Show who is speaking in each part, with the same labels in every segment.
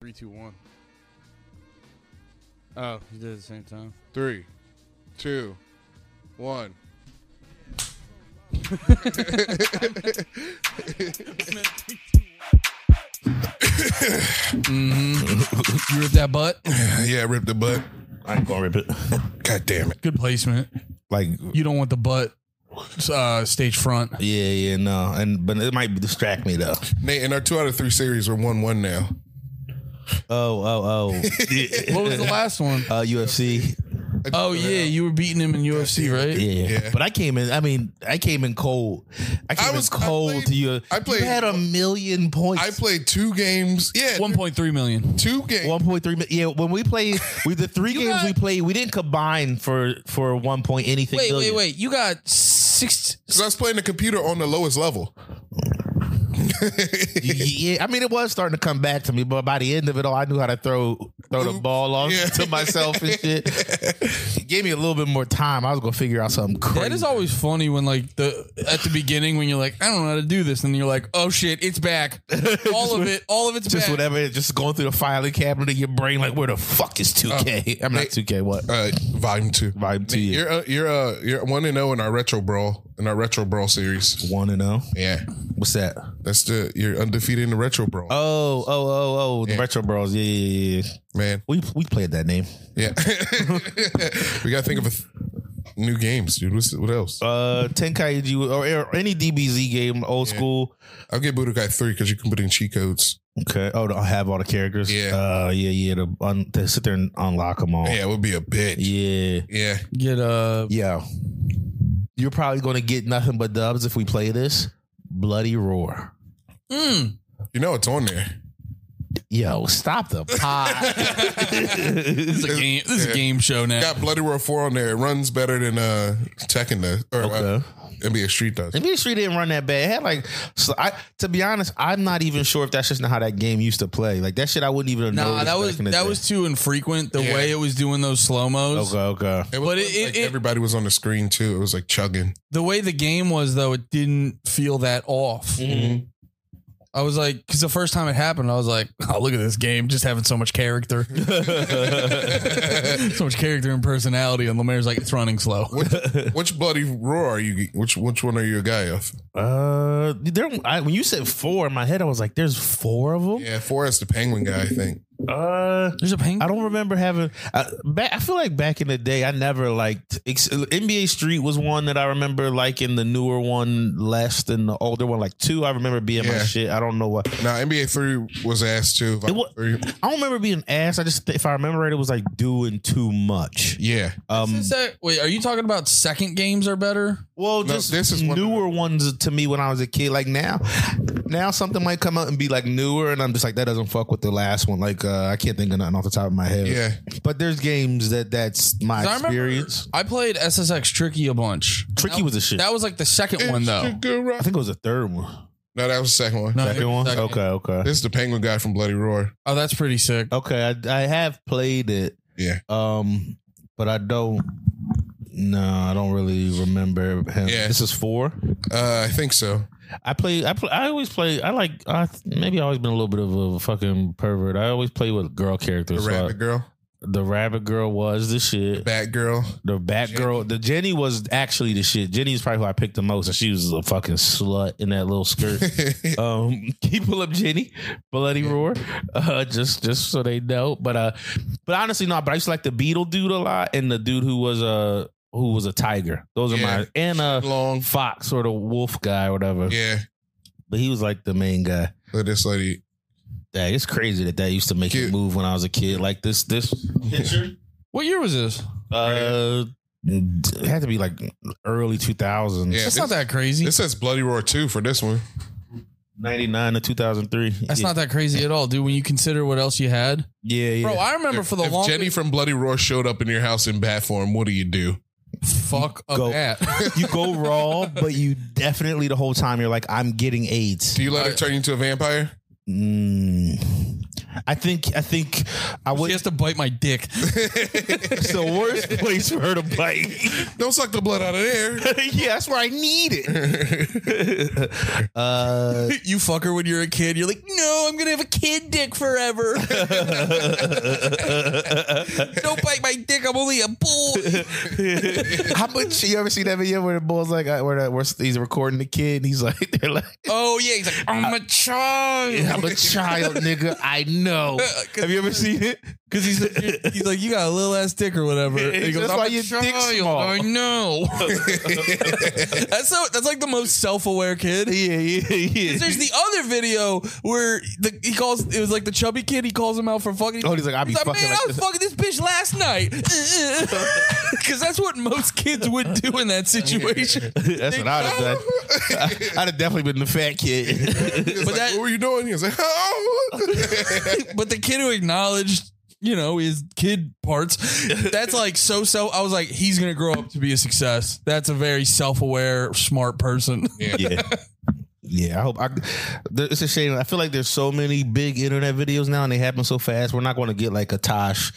Speaker 1: Three, two, one.
Speaker 2: Oh, you did it at the same time.
Speaker 1: Three, two, one.
Speaker 3: You ripped that butt.
Speaker 4: yeah, rip the butt.
Speaker 5: I ain't gonna rip it.
Speaker 4: God damn it.
Speaker 3: Good placement.
Speaker 5: Like,
Speaker 3: You don't want the butt uh, stage front.
Speaker 5: yeah, yeah, no, and but it might distract me though.
Speaker 4: Nathan, our two out of three series are one one now.
Speaker 5: Oh, oh,
Speaker 3: What was the last one?
Speaker 5: oh, uh, UFC.
Speaker 3: Oh yeah, you were beating him in UFC, right?
Speaker 5: Yeah. but I came in. I mean, I came in cold. I came
Speaker 4: I was-
Speaker 5: in
Speaker 4: I
Speaker 5: cold
Speaker 4: played-
Speaker 5: to you.
Speaker 4: I played-
Speaker 5: You had a million points.
Speaker 4: I played two games. Yeah,
Speaker 3: One point three million.
Speaker 4: two games.
Speaker 5: One point three. mi- Yeah, when we played, we the three games we played, we didn't combine for for one point anything.
Speaker 3: Wait, wait,
Speaker 5: billion.
Speaker 3: wait! You got six.
Speaker 4: Because I was playing the computer on the lowest level.
Speaker 5: yeah, I mean, it was starting to come back to me, but by the end of it all, I knew how to throw throw the ball off
Speaker 4: Yeah.
Speaker 5: to myself and shit. It gave me a little bit more time. I was gonna figure out something crazy.
Speaker 3: That is always funny when like the at the beginning when you're like I don't know how to do this and you're like oh shit it's back all of it all of it's
Speaker 5: just
Speaker 3: back
Speaker 5: whatever, just going through the filing cabinet of your brain, like where the fuck is two K? I'm not two K. What?
Speaker 4: Uh, volume two.
Speaker 5: Volume two. yeah.
Speaker 4: You're uh, you're uh, you're one and zero in our retro brawl in our retro brawl series.
Speaker 5: One and zero.
Speaker 4: Yeah,
Speaker 5: What's that?
Speaker 4: that's the you're undefeated in the retro brawl,
Speaker 5: Oh, oh, oh, oh! The Retro Bros. Yeah, yeah, yeah, yeah.
Speaker 4: man.
Speaker 5: We we played that name.
Speaker 4: Yeah, we gotta think of a th- new games, dude. What's, what else?
Speaker 5: Uh, Tenkaiji or, or any DBZ game, old school.
Speaker 4: I'll get Budokai three because you can put in cheat codes.
Speaker 5: Okay. Oh, I have all the characters.
Speaker 4: Yeah.
Speaker 5: Uh, yeah, yeah. To, un- to sit there and unlock them all.
Speaker 4: Yeah, it would be a bitch.
Speaker 5: Oh. Yeah.
Speaker 4: yeah.
Speaker 3: get uh
Speaker 5: Yeah. You're probably gonna get nothing but dubs if we play this. Bloody roar.
Speaker 4: You know it's on there.
Speaker 5: Yo, stop the pot.
Speaker 3: this is a game this is a game show now
Speaker 4: Got Bloody Roar four on there. It runs better than uh Tekken does or uh,
Speaker 5: Okay.
Speaker 4: NBA Street does.
Speaker 5: NBA Street didn't run that bad. It had like, so I, to be honest, I'm not even sure if that's just not how that game used to play. Like that shit, I wouldn't even have
Speaker 3: nah
Speaker 5: noticed
Speaker 3: that
Speaker 5: back
Speaker 3: was
Speaker 5: in the
Speaker 3: that
Speaker 5: day.
Speaker 3: was too infrequent the
Speaker 4: Yeah.
Speaker 3: way it was doing those slow mos
Speaker 5: okay. Okay.
Speaker 4: It was
Speaker 3: But it-
Speaker 4: like
Speaker 3: it- it-
Speaker 4: everybody was on the screen too. It was like chugging.
Speaker 3: the way the game was though it didn't feel that off
Speaker 5: Mm-hmm.
Speaker 3: I was like because the first time it happened I was like oh look at this game just having so much character so much character and personality and Lemaire's like it's running slow
Speaker 4: Which, which Bloody Roar are you? Which which one are you a guy of?
Speaker 5: Uh, there. I, when you said four in my head, I was like, "There's four of them."
Speaker 4: Yeah, four is the Penguin guy. I think.
Speaker 5: Uh,
Speaker 3: there's a penguin
Speaker 5: I don't remember having. I, back, I feel like back in the day, I never liked ex- NBA Street was one that I remember liking the newer one less than the older one. Like two, I remember being my
Speaker 4: Yeah.
Speaker 5: shit. I don't know what.
Speaker 4: Now NBA three was asked too.
Speaker 5: It wa-
Speaker 4: Three-
Speaker 5: I don't remember being ass. I just, if I remember right, it was like doing too much.
Speaker 4: Yeah,
Speaker 3: Uh,
Speaker 5: Um,
Speaker 3: Is that- wait, are you talking about second games are better?
Speaker 5: well,
Speaker 4: No,
Speaker 5: just
Speaker 4: this is one-
Speaker 5: newer ones to me when I was a kid. Like now, now something might come out and be like newer, and I'm just like that doesn't fuck with the last one. Like uh, I can't think of nothing off the top of my head.
Speaker 4: yeah.
Speaker 5: But there's games that that's my
Speaker 3: 'Cause I remember
Speaker 5: experience.
Speaker 3: I played SSX Tricky a bunch.
Speaker 5: Tricky
Speaker 3: That-
Speaker 5: was a shit.
Speaker 3: That was like the second one
Speaker 4: It's
Speaker 3: though.
Speaker 4: a good rock.
Speaker 5: I think it was the third one.
Speaker 4: No, that was the second one.
Speaker 3: No, it
Speaker 5: Second
Speaker 3: was
Speaker 5: one.
Speaker 3: second.
Speaker 5: Okay, okay,
Speaker 4: This is the Penguin guy from Bloody Roar.
Speaker 3: Oh, that's pretty sick.
Speaker 5: okay. I, I have played it,
Speaker 4: Yeah,
Speaker 5: um, but I don't. No, I don't really remember him.
Speaker 4: Yeah.
Speaker 5: This is four.
Speaker 4: uh, I think so.
Speaker 5: I play. I play. I always play. I like. I maybe I always been a little bit of a fucking pervert. I always play with girl
Speaker 4: The
Speaker 5: characters. so I-
Speaker 4: rabbit girl,
Speaker 5: the rabbit girl was the shit.
Speaker 4: bat girl.
Speaker 5: The Batgirl, the Jenny was actually the shit. Jenny is probably who I picked the most, and she was a fucking slut in that little skirt. um, keep pull up Jenny, bloody roar, uh, just just so they know. But uh, but honestly, no. But I used to like the Beetle dude a lot, and the dude who was a who was a tiger. Those are
Speaker 4: Yeah.
Speaker 5: my and uh,
Speaker 4: Long.
Speaker 5: fox or the wolf guy or whatever.
Speaker 4: Yeah,
Speaker 5: But he was like the main guy.
Speaker 4: look at this lady.
Speaker 5: Dang, it's crazy that that used to make
Speaker 4: Cute.
Speaker 5: it move when I was a kid. Like this, this picture.
Speaker 3: What year was this?
Speaker 5: Uh, it had to be like early 2000s.
Speaker 4: Yeah,
Speaker 3: That's
Speaker 4: this-
Speaker 3: not that crazy.
Speaker 4: It says Bloody Roar 2 for this one.
Speaker 5: 99 to 2003.
Speaker 3: That's
Speaker 5: yeah.
Speaker 3: not that crazy at all, dude. When you consider what else you had,
Speaker 5: Yeah, yeah.
Speaker 3: bro. I remember for the
Speaker 4: if
Speaker 3: longest
Speaker 4: Jenny from Bloody Roar showed up in your house in bat form, what do you do?
Speaker 3: fuck a
Speaker 5: Go.
Speaker 3: bat.
Speaker 5: you go raw, but you definitely the whole time you're like, I'm getting AIDS.
Speaker 4: Do you let her turn you into a vampire?
Speaker 5: Mm. I think I think I
Speaker 3: She
Speaker 5: would.
Speaker 3: has to bite my dick.
Speaker 5: It's the worst place for her to bite.
Speaker 4: Don't suck the blood out of there.
Speaker 5: yeah, that's where I need it. uh,
Speaker 3: you fuck her when you're a kid. You're like, no, I'm gonna have a kid dick forever. Don't bite my dick. I'm only a boy.
Speaker 5: how much you ever see that video where the boy's like, uh, where, the, where he's recording the kid? And he's like, they're like,
Speaker 3: Oh yeah, he's like, I'm a child.
Speaker 5: I'm a child, nigga. I know. Have you ever seen it? Because he's
Speaker 3: He's like, you got a little ass dick or whatever. And he
Speaker 5: It's
Speaker 3: goes,
Speaker 5: just
Speaker 3: "I'm
Speaker 5: like
Speaker 3: a
Speaker 5: your dick's
Speaker 3: child,
Speaker 5: small."
Speaker 3: I know. that's so. That's like the most self-aware kid.
Speaker 5: yeah, yeah, yeah.
Speaker 3: There's the other video where the, he calls. It was like the chubby kid. He calls him out for fucking.
Speaker 5: Oh, he's like, I be
Speaker 3: He's like,
Speaker 5: fucking
Speaker 3: man,
Speaker 5: like
Speaker 3: I was
Speaker 5: this."
Speaker 3: fucking this bitch last night. Because that's what most kids would do in that situation.
Speaker 5: That's what I'd have done. I, would have definitely been the fat kid.
Speaker 4: It's
Speaker 3: But
Speaker 4: like,
Speaker 3: that-
Speaker 4: what were you doing? He was like, oh.
Speaker 3: but the kid who acknowledged, you know, his kid parts, that's like so so. I was like, he's gonna grow up to be a success. That's a very self-aware, smart person.
Speaker 5: yeah. Yeah, I hope. I, there, it's a shame. I feel like there's so many big internet videos now, and they happen so fast. We're not going to get like a Tosh.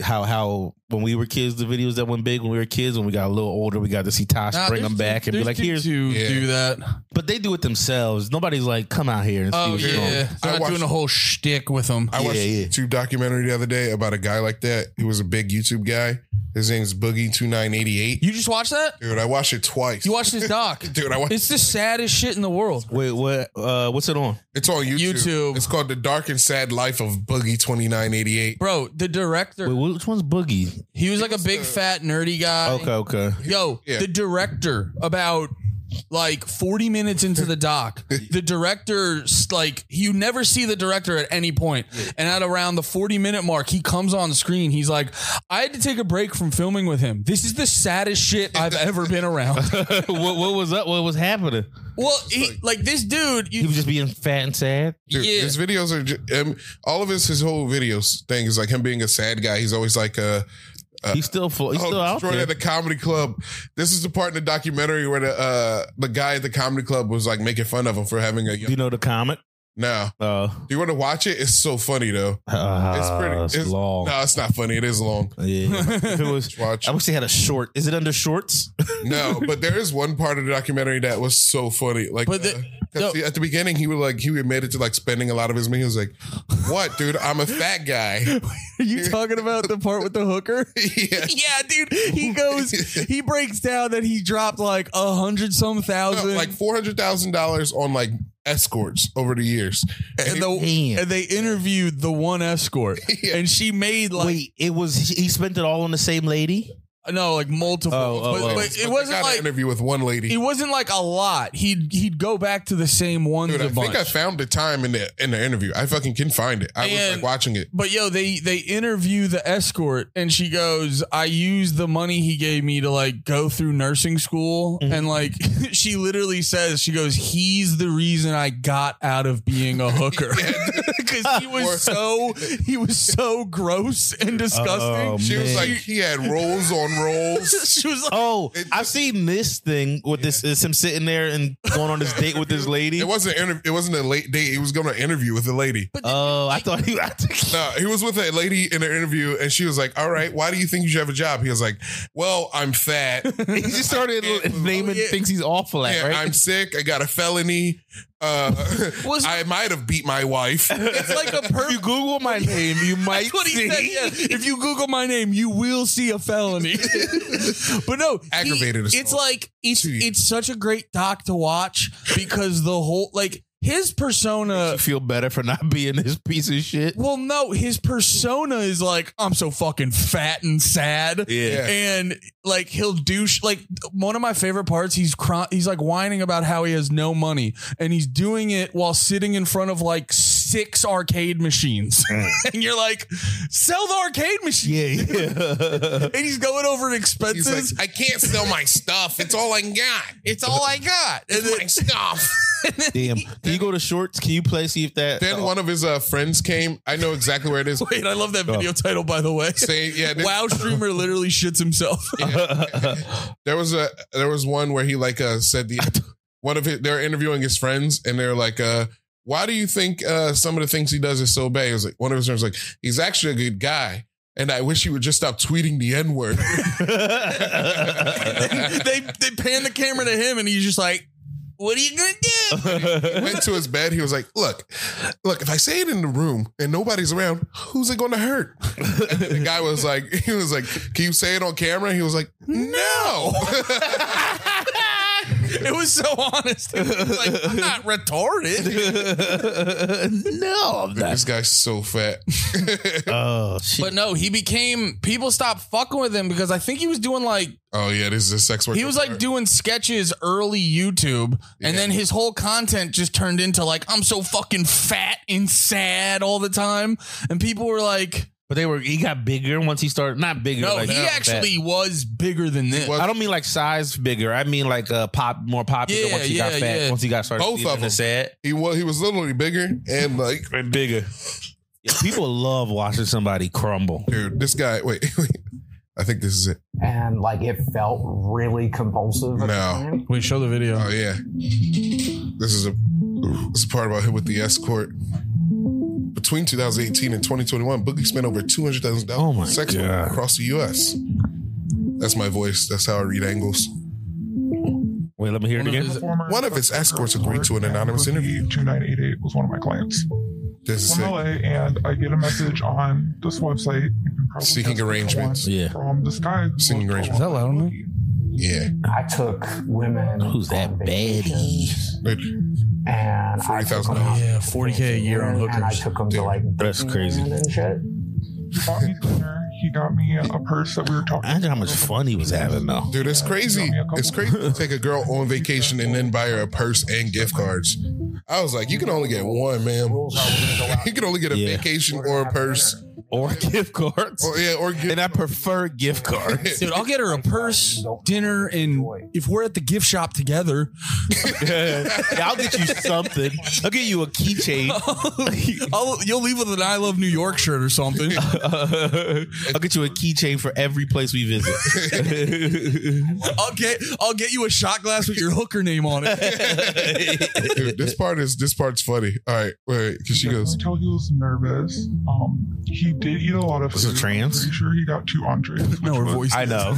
Speaker 5: How how when we were kids, the videos that went big when we were kids. When we got a little older, we got to see Tosh
Speaker 3: Nah,
Speaker 5: bring
Speaker 3: there's
Speaker 5: them back and be
Speaker 3: there's
Speaker 5: like,
Speaker 3: dudes
Speaker 5: "Here's."
Speaker 3: who
Speaker 4: Yeah.
Speaker 3: do that.
Speaker 5: But they do it themselves. Nobody's like, "Come out here and see
Speaker 3: Oh
Speaker 5: what's
Speaker 3: yeah,
Speaker 5: going." on."
Speaker 3: They're
Speaker 4: I
Speaker 3: not
Speaker 4: watched-
Speaker 3: doing a whole shtick with them.
Speaker 4: I watched
Speaker 5: Yeah, yeah.
Speaker 4: a YouTube documentary the other day about a guy like that. He was a big YouTube guy. His name's Boogie2988.
Speaker 3: you just watched that?
Speaker 4: Dude, I watched it twice.
Speaker 3: You watched this doc?
Speaker 4: Dude, I watched
Speaker 3: It's the saddest shit in the world.
Speaker 5: Wait, what? Uh, what's it on?
Speaker 4: It's on YouTube.
Speaker 3: YouTube.
Speaker 4: It's called The Dark and Sad Life of Boogie2988.
Speaker 3: Bro, the director,
Speaker 5: Wait, which one's Boogie?
Speaker 3: he was like a big fat nerdy guy.
Speaker 5: Okay, okay.
Speaker 3: Yo,
Speaker 4: Yeah.
Speaker 3: the director about like 40 minutes into the doc, the director like you never see the director at any point. And at around the 40 minute mark, he comes on screen. He's like, "I had to take a break from filming with him. This is the saddest shit I've ever been around."
Speaker 5: what, what was up? What was happening?
Speaker 3: well, he, like this dude,
Speaker 5: He
Speaker 3: you,
Speaker 5: was just being fat and sad.
Speaker 4: Dude,
Speaker 3: Yeah.
Speaker 4: his videos are ju- um, all of his his whole videos thing is like him being a sad guy. He's always like uh
Speaker 5: He's still full. He's still
Speaker 4: Oh,
Speaker 5: out
Speaker 4: destroyed
Speaker 5: there.
Speaker 4: at the comedy club. This is the part in the documentary where the uh the guy at the comedy club was like making fun of him for having a
Speaker 5: Do you know the comic?
Speaker 4: no.
Speaker 5: Uh,
Speaker 4: Do you want to watch it? It's so funny though.
Speaker 5: uh,
Speaker 3: Ah,
Speaker 4: It's pretty.
Speaker 5: It's, long.
Speaker 4: No, it's not funny. It is long.
Speaker 5: Yeah. if it was,
Speaker 4: Watch.
Speaker 5: I wish they had a short. Is it under shorts?
Speaker 4: No, but there is one part of the documentary that was so funny. Like,
Speaker 3: But the-
Speaker 4: uh, 'cause
Speaker 3: no.
Speaker 4: at the beginning, he would like he admitted to like spending a lot of his money. He was like, "What, dude? I'm a fat guy."
Speaker 3: are you talking about the part with the hooker?
Speaker 4: yeah.
Speaker 3: Yeah, dude. He goes, he breaks down that he dropped like a hundred some
Speaker 4: No,
Speaker 3: thousand.
Speaker 4: like four hundred thousand dollars on like escorts over the years.
Speaker 3: and, the,
Speaker 5: Damn.
Speaker 3: and they interviewed the one escort,
Speaker 4: Yeah.
Speaker 3: and she made like
Speaker 5: Wait, it was. He spent it all on the same lady.
Speaker 3: no, like multiple.
Speaker 5: Oh, oh,
Speaker 3: but,
Speaker 5: oh.
Speaker 3: but
Speaker 4: But
Speaker 3: it
Speaker 4: they
Speaker 3: wasn't
Speaker 4: got an
Speaker 3: like
Speaker 4: interview with one
Speaker 3: it
Speaker 4: lady.
Speaker 3: wasn't like a lot. He'd he'd go back to the same ones
Speaker 4: Dude, I
Speaker 3: a bunch.
Speaker 4: think I found the time in the in the interview. I fucking can find it. I was
Speaker 3: And-
Speaker 4: like watching it.
Speaker 3: but yo, they they interview the escort, and she goes, "I used the money he gave me to like go through nursing school,"
Speaker 5: Mm-hmm.
Speaker 3: and like she literally says, "She goes, he's the reason I got out of being a hooker because he
Speaker 4: Or-
Speaker 3: was so he was so gross and disgusting."
Speaker 5: Oh,
Speaker 4: She was
Speaker 5: man.
Speaker 4: like, he had rolls on rolls.
Speaker 3: she was like,
Speaker 5: Oh, I've seen this thing with this. It's him sitting there and going on this date with this lady.
Speaker 4: It wasn't an interv- it wasn't a late date. He was going to interview with a lady.
Speaker 5: Oh, I thought he. I think-
Speaker 4: No, he was with a lady in an interview, and she was like, "All right, why do you think you should have a job?" He was like, "Well, I'm fat.
Speaker 5: he just started naming
Speaker 3: yeah.
Speaker 5: things he's awful at.
Speaker 4: Yeah,
Speaker 5: right?
Speaker 4: I'm sick. I got a felony. Uh,
Speaker 3: Was-
Speaker 4: I might have beat my wife."
Speaker 3: it's like a
Speaker 5: if you
Speaker 3: perfect.
Speaker 5: Google my name, you might
Speaker 3: That's what he
Speaker 5: see.
Speaker 3: said. Yeah. If you Google my name, you will see a felony. but no, he-
Speaker 4: Aggravated assault.
Speaker 3: it's like it's
Speaker 4: Two years.
Speaker 3: it's such a great doc to watch because the whole like his persona.
Speaker 5: You feel better for not being this piece of shit.
Speaker 3: Well, no, his persona is like I'm so fucking fat and sad.
Speaker 4: Yeah.
Speaker 3: And like he'll do sh- like one of my favorite parts. He's cr- he's like whining about how he has no money, and he's doing it while sitting in front of like six arcade machines.
Speaker 4: Mm.
Speaker 3: and you're like, sell the arcade machine.
Speaker 5: Yeah, yeah.
Speaker 3: And he's going over
Speaker 4: He's
Speaker 3: expenses.
Speaker 4: like, "I can't sell my stuff. It's all I got.
Speaker 3: it's all I got. And
Speaker 4: It's my
Speaker 3: then,
Speaker 4: stuff."
Speaker 5: Damn. Can you go to shorts? Can you play see if that
Speaker 4: Then one of his uh, friends came. I know exactly where it is.
Speaker 3: wait, I love that video
Speaker 4: Oh.
Speaker 3: title by the way.
Speaker 4: Say, yeah, there,
Speaker 3: Wow, streamer literally shits himself.
Speaker 4: there was a there was one where he like uh said the one of his, they're interviewing his friends and they're like uh why do you think uh, some of the things he does is so bad? It was like one of his friends was like, he's actually a good guy. And I wish he would just stop tweeting the N word.
Speaker 3: they they pan the camera to him and he's just like, "What are you gonna do?"
Speaker 4: Went to his bed. He was like, "Look, look. If I say it in the room and nobody's around, who's it going to hurt?" And the guy was like, "He was like, can you say it on camera?" He was like, "No."
Speaker 3: it was so honest. It was like, I'm not retarded.
Speaker 5: no, I'm not.
Speaker 4: this guy's so fat.
Speaker 5: Oh shit!
Speaker 3: But no, he became people stopped fucking with him because I think he was doing like
Speaker 4: oh yeah, this is a sex worker.
Speaker 3: he was like doing sketches early YouTube, and then his whole content just turned into like, I'm so fucking fat and sad all the time. And people were like,
Speaker 5: But they were. He got bigger once he started. Not bigger.
Speaker 3: No,
Speaker 5: like,
Speaker 3: he
Speaker 5: fat.
Speaker 3: actually was bigger than this.
Speaker 4: was-
Speaker 5: I don't mean like size bigger. I mean like uh pop more popular
Speaker 3: Yeah,
Speaker 5: once he
Speaker 3: yeah,
Speaker 5: got fat.
Speaker 3: yeah.
Speaker 5: Once he got started.
Speaker 4: Both
Speaker 5: leaving
Speaker 4: of
Speaker 5: the
Speaker 4: them.
Speaker 5: Sad.
Speaker 4: he was he was literally bigger and like
Speaker 5: And bigger. Yeah, people love watching somebody crumble.
Speaker 4: dude, this guy. Wait, wait. I think this is it.
Speaker 2: and like it felt really compulsive. at the
Speaker 4: No.
Speaker 2: time.
Speaker 3: Wait, show the video.
Speaker 4: Oh yeah, this is a this is part about him with the escort. Between 2018 and 2021, Boogie spent over two hundred thousand
Speaker 5: Oh,
Speaker 4: dollars
Speaker 5: my
Speaker 4: on sex
Speaker 5: God.
Speaker 4: work across the U.S. That's my voice. That's how I read angles.
Speaker 5: Wait, let me hear it again.
Speaker 6: Former
Speaker 4: One of his escorts agreed to an
Speaker 6: and
Speaker 4: anonymous
Speaker 6: Bookie
Speaker 4: interview.
Speaker 6: 2988 was one of my clients.
Speaker 4: This is
Speaker 6: From LA,
Speaker 4: it.
Speaker 6: and I get a message on this website. you can probably
Speaker 4: Seeking
Speaker 6: guess which
Speaker 4: arrangements.
Speaker 6: one,
Speaker 5: Yeah.
Speaker 6: From this guy. who
Speaker 4: Seeking
Speaker 6: looked
Speaker 4: arrangements.
Speaker 6: a
Speaker 3: Is that
Speaker 6: lot
Speaker 3: loud
Speaker 6: like
Speaker 3: on
Speaker 6: Bookie.
Speaker 4: Yeah,
Speaker 2: I took women.
Speaker 5: Who's that
Speaker 2: on
Speaker 5: baddie?
Speaker 2: vacations, And I took
Speaker 4: $40,000.
Speaker 2: them out
Speaker 3: Yeah,
Speaker 2: to
Speaker 3: 40K a year on
Speaker 2: dinner, And I
Speaker 3: hookers.
Speaker 2: took them
Speaker 4: Dude,
Speaker 2: to like
Speaker 5: that's
Speaker 2: Disneyland
Speaker 5: crazy.
Speaker 2: and shit.
Speaker 6: He bought me dinner. He got me a purse that we were talking.
Speaker 5: I wonder how much fun he was having though.
Speaker 4: dude, it's crazy. It's crazy to take a girl on vacation and then buy her a purse and gift cards. I was like, you can only get one, man.
Speaker 2: Rules are we're gonna go out.
Speaker 4: You can only get a
Speaker 5: Yeah.
Speaker 4: vacation
Speaker 2: we're gonna
Speaker 4: or a
Speaker 2: have
Speaker 4: purse.
Speaker 2: dinner.
Speaker 5: Or gift cards.
Speaker 4: Or, yeah, or gift.
Speaker 5: And I prefer gift cards.
Speaker 3: Dude, I'll get her a purse, dinner, and if we're at the gift shop together,
Speaker 5: Yeah, I'll get you something. I'll get you a keychain.
Speaker 3: I'll, you'll leave with an I Love New York shirt or something.
Speaker 5: I'll get you a keychain for every place we visit.
Speaker 3: I'll get I'll get you a shot glass with your hooker name on it.
Speaker 4: Dude, this part is this part's funny. All right, wait, because she goes,
Speaker 6: Tell he was nervous. Um, he did eat a lot of.
Speaker 5: Was it
Speaker 6: food. I'm
Speaker 5: trans?
Speaker 6: Pretty sure he got two entrees.
Speaker 3: No, her voice.
Speaker 5: I know.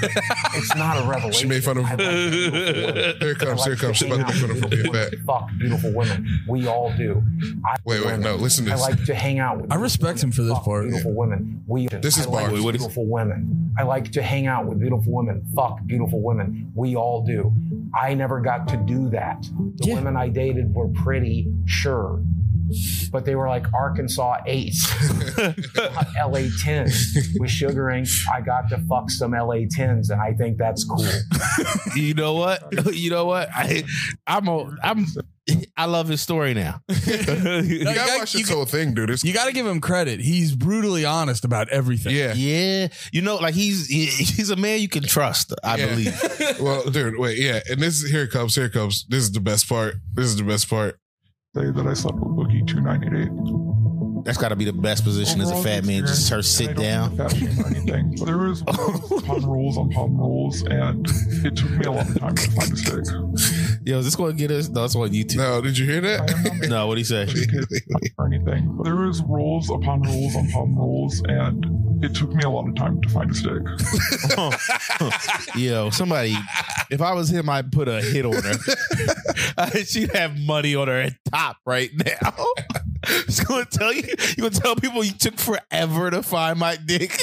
Speaker 2: It's not a revelation.
Speaker 4: she made fun of.
Speaker 2: I like beautiful women.
Speaker 4: Here it comes, here it comes. She's
Speaker 2: I
Speaker 4: about to
Speaker 2: like
Speaker 4: make fun of her being
Speaker 2: beautiful
Speaker 4: fat.
Speaker 2: women. Fuck beautiful women. We all do. I
Speaker 4: Wait, wait, no, listen to
Speaker 2: I
Speaker 4: this.
Speaker 2: like to hang out with.
Speaker 3: I respect
Speaker 2: beautiful
Speaker 3: him for this
Speaker 2: women. Fuck
Speaker 3: part.
Speaker 2: Beautiful women. We.
Speaker 4: This is
Speaker 2: I like
Speaker 4: Barbie. What is-
Speaker 2: beautiful women. I like to hang out with beautiful women. Fuck beautiful women. We all do. I never got to do that. The
Speaker 3: Yeah.
Speaker 2: women I dated were pretty, sure, but they were like Arkansas eights, not LA tens with sugaring. I got to fuck some LA tens, and I think that's cool.
Speaker 5: You know what? You know what? I, I'm a, I'm I love his story now.
Speaker 4: You gotta watch this whole thing, dude. It's
Speaker 3: You got to give him credit. He's brutally honest about everything.
Speaker 4: yeah.
Speaker 5: yeah, you know, like he's he- he's a man you can trust. I
Speaker 4: Yeah.
Speaker 5: believe.
Speaker 4: Well, dude, wait, yeah. And this is here it comes, here it comes. This is the best part. This is the best part.
Speaker 6: Say that I slept with Bookie 2988.
Speaker 5: That's got to be the best position as a
Speaker 6: Overall
Speaker 5: fat man.
Speaker 6: experience,
Speaker 5: Just her
Speaker 6: and I
Speaker 5: sit
Speaker 6: don't
Speaker 5: down.
Speaker 6: have a fat shame or anything. But there was upon rules upon rules, and it took me a long time to find a stick.
Speaker 5: Yo, is this going to get us? No, it's on YouTube.
Speaker 4: No, did you hear
Speaker 6: I am
Speaker 4: that?
Speaker 6: not
Speaker 5: No, what do you say?
Speaker 6: making kids or anything. But there was rules upon rules upon rules, and it took me a lot of time to find a stick.
Speaker 5: Yo, somebody, if I was him, I'd put a hit on her. She'd have money on her at top right now. She's gonna tell you, you gonna tell people you took forever to find my dick.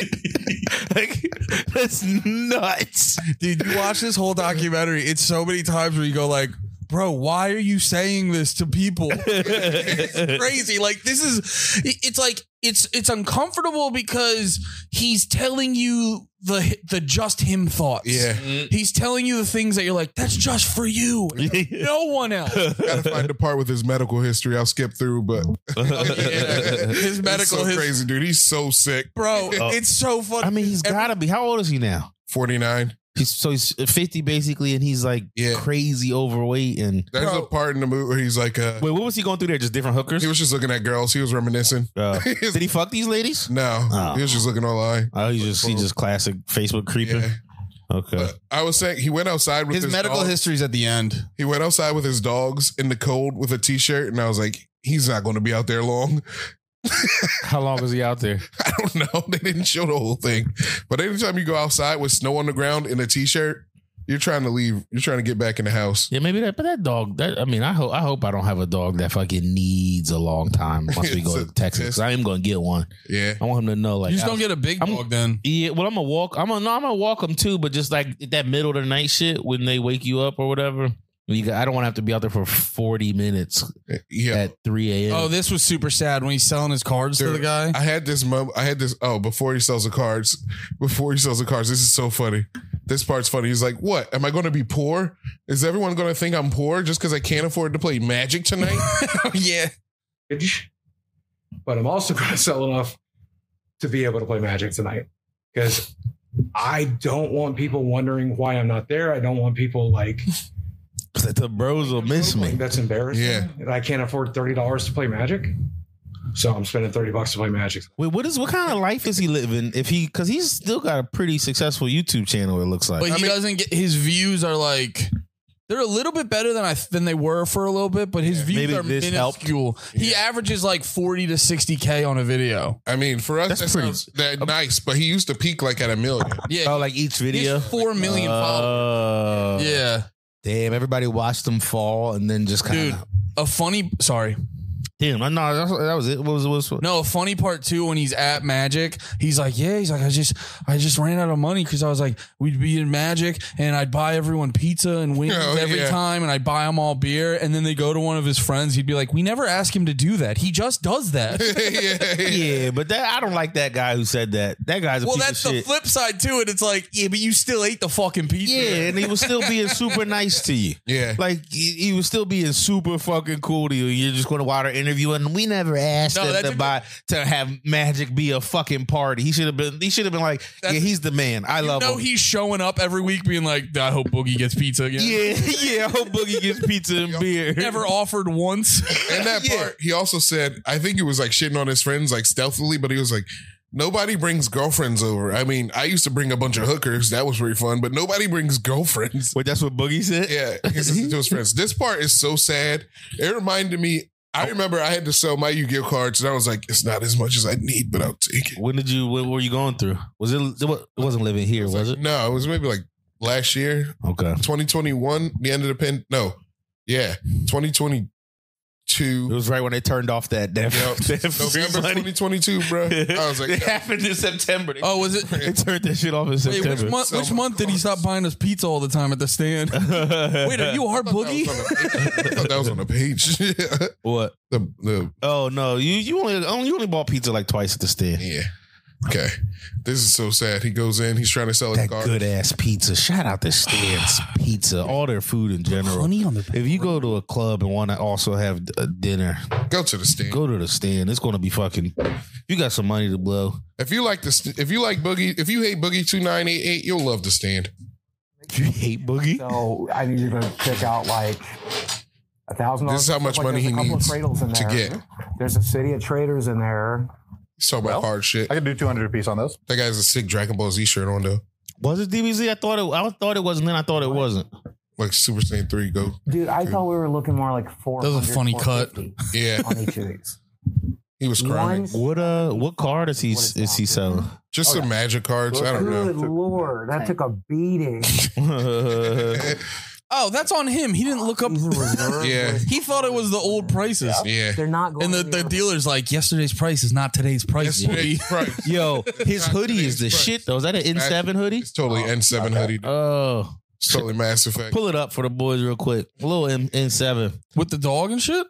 Speaker 5: like, that's nuts.
Speaker 3: Dude, you watch this whole documentary. It's so many times where you go like, "Bro, why are you saying this to people?" It's crazy. Like this is it's like it's it's uncomfortable because he's telling you the the just him thoughts.
Speaker 4: Yeah.
Speaker 3: He's telling you the things that you're like, "That's just for you." No one else.
Speaker 4: Gotta find the part with his medical history. I'll skip through, but Oh,
Speaker 3: His
Speaker 4: It's
Speaker 3: medical
Speaker 4: so
Speaker 3: his-
Speaker 4: crazy, dude. He's so sick.
Speaker 3: Bro, it's so funny.
Speaker 5: I mean, he's gotta be. How old is he now?
Speaker 4: 49.
Speaker 5: He's so he's fifty basically, and he's like
Speaker 4: Yeah.
Speaker 5: crazy overweight. And
Speaker 4: There's a part in the movie where he's like uh
Speaker 5: wait, what was he going through there? Just different hookers.
Speaker 4: he was just looking at girls. He was reminiscing.
Speaker 5: Uh,
Speaker 4: He was-
Speaker 5: did he fuck these ladies?
Speaker 4: no.
Speaker 5: Oh.
Speaker 4: He was just looking online.
Speaker 5: Oh, he's just he just classic Facebook creeper.
Speaker 4: Yeah.
Speaker 5: Okay.
Speaker 4: But I was saying he went outside with his,
Speaker 7: His medical
Speaker 4: dog.
Speaker 7: history's at the end.
Speaker 4: He went outside with his dogs in the cold with a t-shirt, and I was like, he's not going to be out there long.
Speaker 5: How long was he out there?
Speaker 4: I don't know. They didn't show the whole thing, but anytime you go outside with snow on the ground in a t-shirt, you're trying to leave. You're trying to get back in the house.
Speaker 5: Yeah, maybe that. But that dog. That, I mean, I hope. I hope I don't have a dog that fucking needs a long time once we
Speaker 4: It's
Speaker 5: go
Speaker 4: a
Speaker 5: to Texas. 'cause I am gonna get one.
Speaker 4: Yeah,
Speaker 5: I want him to know. Like,
Speaker 3: You just
Speaker 5: I-
Speaker 3: don't get a big
Speaker 5: I'm-
Speaker 3: dog then.
Speaker 5: Yeah, well, I'm gonna walk. I'm gonna no, I'm gonna walk them too, but just like that middle of the night shit when they wake you up or whatever. You got, I don't want to have to be out there for 40 minutes
Speaker 4: yeah.
Speaker 5: at 3 a.m.
Speaker 3: Oh, this was super sad when he's selling his cards to
Speaker 4: Dude,
Speaker 3: the guy.
Speaker 4: I had this mom. I had this. Oh, before he sells the cards, before he sells the cards, this is so funny. This part's funny. He's like, "What? Am I going to be poor? Is everyone going to think I'm poor just because I can't afford to play Magic tonight?"
Speaker 3: yeah.
Speaker 2: package, but I'm also going to sell enough to be able to play Magic tonight because I don't want people wondering why I'm not there. I don't want people like
Speaker 5: the bros will miss
Speaker 2: think
Speaker 5: me.
Speaker 2: that's embarrassing.
Speaker 4: Yeah.
Speaker 2: that I can't afford thirty dollars to play Magic, so I'm spending thirty bucks to play Magic.
Speaker 5: Wait, what is what kind of life is he living? If he, because he's still got a pretty successful YouTube channel. It looks like.
Speaker 3: but he doesn't get his views are like they're a little bit better than I than they were for a little bit, but his views
Speaker 5: Maybe
Speaker 3: are
Speaker 5: this helped.
Speaker 3: minuscule. He averages like forty to sixty k on a video.
Speaker 4: I mean, for us,
Speaker 5: That's
Speaker 4: that
Speaker 5: pretty-
Speaker 4: sounds that nice, but he used to peak like at a million.
Speaker 3: Yeah,
Speaker 5: oh, like each
Speaker 3: he's
Speaker 5: video.
Speaker 3: four million followers.
Speaker 5: Oh.
Speaker 3: Yeah,
Speaker 5: Damn, everybody watched him fall and then just kind
Speaker 3: dude.
Speaker 5: of.
Speaker 3: A funny, sorry,
Speaker 5: Damn, I know that's- that was it. What was it? What was,
Speaker 3: no. A funny part too when he's at Magic, he's like, yeah, he's like, I just, I just ran out of money because I was like, we'd be in Magic and I'd buy everyone pizza and wings
Speaker 4: Oh,
Speaker 3: every
Speaker 4: yeah.
Speaker 3: time, and I'd buy them all beer, and then they go to one of his friends, he'd be like, we never ask him to do that, he just does that.
Speaker 4: yeah.
Speaker 5: Yeah, but that I don't like that guy who said that. That guy's a
Speaker 3: Well,
Speaker 5: piece
Speaker 3: that's
Speaker 5: of
Speaker 3: the
Speaker 5: shit.
Speaker 3: flip side too, and it's like, yeah, but you still ate the fucking pizza.
Speaker 5: Yeah, and he was still being super nice to you.
Speaker 4: Yeah.
Speaker 5: Like he, he was still being super fucking cool to you. You're just going to water interview, and we never asked
Speaker 3: No,
Speaker 5: him
Speaker 3: that's
Speaker 5: to
Speaker 3: a-
Speaker 5: buy to have Magic be a fucking party. He should have been. He should have been like,
Speaker 3: That's-
Speaker 5: yeah, he's the man. I
Speaker 3: you
Speaker 5: love
Speaker 3: know
Speaker 5: him.
Speaker 3: he's showing up every week, being like, I hope Boogie gets pizza again.
Speaker 5: yeah, yeah. I hope Boogie gets pizza and beer.
Speaker 3: never offered once.
Speaker 4: And that
Speaker 5: Yeah.
Speaker 4: part, he also said, I think he was like shitting on his friends like stealthily, but he was like, nobody brings girlfriends over. I mean, I used to bring a bunch of hookers. That was pretty fun, but nobody brings girlfriends.
Speaker 5: Wait, that's what Boogie said.
Speaker 4: Yeah, he says to his friends. This part is so sad. It reminded me. I remember I had to sell my Yu-Gi-Oh cards, and I was like, "It's not as much as I need, but I'll take it."
Speaker 5: When did you? What were you going through? Was it? It wa- it wasn't living here, was it?
Speaker 4: No, it was maybe like last year,
Speaker 5: Okay.
Speaker 4: 2021, the end of the pen. No, yeah, 2022,
Speaker 5: It was right when they turned off that. that,
Speaker 4: Yep.
Speaker 5: that free
Speaker 4: November
Speaker 5: money.
Speaker 4: 2022, bro. I was like,
Speaker 5: it happened in September. They,
Speaker 3: Oh, was it?
Speaker 5: they turned that shit off in
Speaker 3: Wait,
Speaker 5: September.
Speaker 3: which month? Which
Speaker 4: Selma
Speaker 3: month did he stop buying us pizza all the time at the stand? Wait, are you our
Speaker 4: I thought that was
Speaker 3: Boogie?
Speaker 4: on the- I thought that was on the page. the,
Speaker 5: what?
Speaker 4: the,
Speaker 5: Oh no, you you only, only you only bought pizza like twice at the stand.
Speaker 4: yeah. Okay. This is so sad. He goes in, he's trying to sell his
Speaker 5: That
Speaker 4: card.
Speaker 5: good ass pizza. Shout out the stands pizza, all their food in general.
Speaker 3: on the
Speaker 5: If you go to a club and want to also have a dinner,
Speaker 4: Go to the stand.
Speaker 5: go to the stand. It's going to be fucking. You got some money to blow.
Speaker 4: If you like this, if you like Boogie, if you hate Boogie two nine eight eight, you'll love the stand.
Speaker 5: If you hate boogie,
Speaker 2: So I mean, you're going to pick out like a thousand
Speaker 4: This is
Speaker 2: dollars.
Speaker 4: how much
Speaker 2: Like,
Speaker 4: money
Speaker 2: there's
Speaker 4: he
Speaker 2: a couple of
Speaker 4: needs
Speaker 2: cradles in
Speaker 4: to
Speaker 2: there.
Speaker 4: get.
Speaker 2: There's a city of traders in there.
Speaker 4: He's talking about hard shit.
Speaker 7: I could do 200 a piece on those.
Speaker 4: That guy has a sick Dragon Ball Z shirt on though,
Speaker 5: was it DBZ? I thought it. I thought it wasn't. Then I thought it wasn't.
Speaker 4: like Super Saiyan three. Go,
Speaker 2: Dude, I thought we were looking more like four.
Speaker 3: That was a funny cut.
Speaker 4: yeah.
Speaker 2: on each of these.
Speaker 4: He was crying.
Speaker 2: One-
Speaker 5: What uh? What card is he is he selling?
Speaker 4: Just some magic cards. I don't know.
Speaker 2: Good lord, that took a beating.
Speaker 3: Oh, that's on him. He didn't look up.
Speaker 2: These are reserved
Speaker 4: Yeah.
Speaker 2: list.
Speaker 3: He thought it was the old prices,
Speaker 4: Yeah.
Speaker 2: They're not going.
Speaker 3: and the,
Speaker 2: to
Speaker 3: the
Speaker 2: your-
Speaker 3: dealer's like, yesterday's price is not today's price.
Speaker 4: Yesterday,
Speaker 3: Boogie."
Speaker 4: right.
Speaker 5: Yo, his
Speaker 4: Not
Speaker 5: hoodie
Speaker 4: today's
Speaker 5: is the
Speaker 4: price.
Speaker 5: shit though. Is that an N seven hoodie?
Speaker 4: It's totally N seven hoodie.
Speaker 5: Oh,
Speaker 4: It's totally Mass Effect.
Speaker 5: pull it up for the boys real quick. A little M N seven.
Speaker 3: with the dog and shit.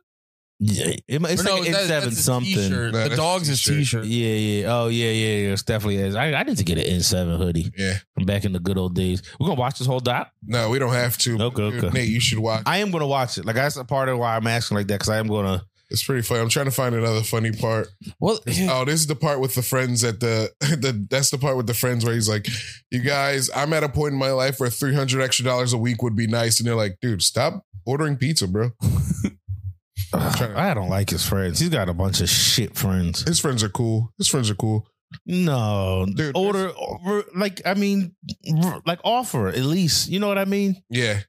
Speaker 5: Yeah, it might- it's
Speaker 3: Or that-
Speaker 5: like N seven
Speaker 3: that's a
Speaker 5: something.
Speaker 3: t-shirt.
Speaker 4: No,
Speaker 3: the
Speaker 4: that's
Speaker 3: dog's
Speaker 4: a
Speaker 3: a
Speaker 4: t-shirt.
Speaker 5: Yeah,
Speaker 3: t-shirt.
Speaker 5: yeah. Oh, yeah, yeah, yeah. It's definitely is. I, I need to get an N seven hoodie
Speaker 4: Yeah.
Speaker 5: from back in the good old days. We're gonna watch this whole doc.
Speaker 4: No, we don't have to.
Speaker 5: Okay, okay.
Speaker 4: Nate, you should watch.
Speaker 5: I am gonna watch it. Like that's a part of why I'm asking like that because I am gonna.
Speaker 4: It's pretty funny. I'm trying to find another funny part.
Speaker 3: Well,
Speaker 4: Oh, this is the part with the friends at the, the that's the part with the friends where he's like, "You guys, I'm at a point in my life where 300 extra dollars a week would be nice." And they're like, "Dude, stop ordering pizza, bro."
Speaker 5: I don't like his friends. He's got a bunch of shit friends.
Speaker 4: His friends are cool. His friends are cool.
Speaker 5: No,
Speaker 4: Dude,
Speaker 5: order or- like I mean, r- like offer at least. You know what I mean?
Speaker 4: Yeah.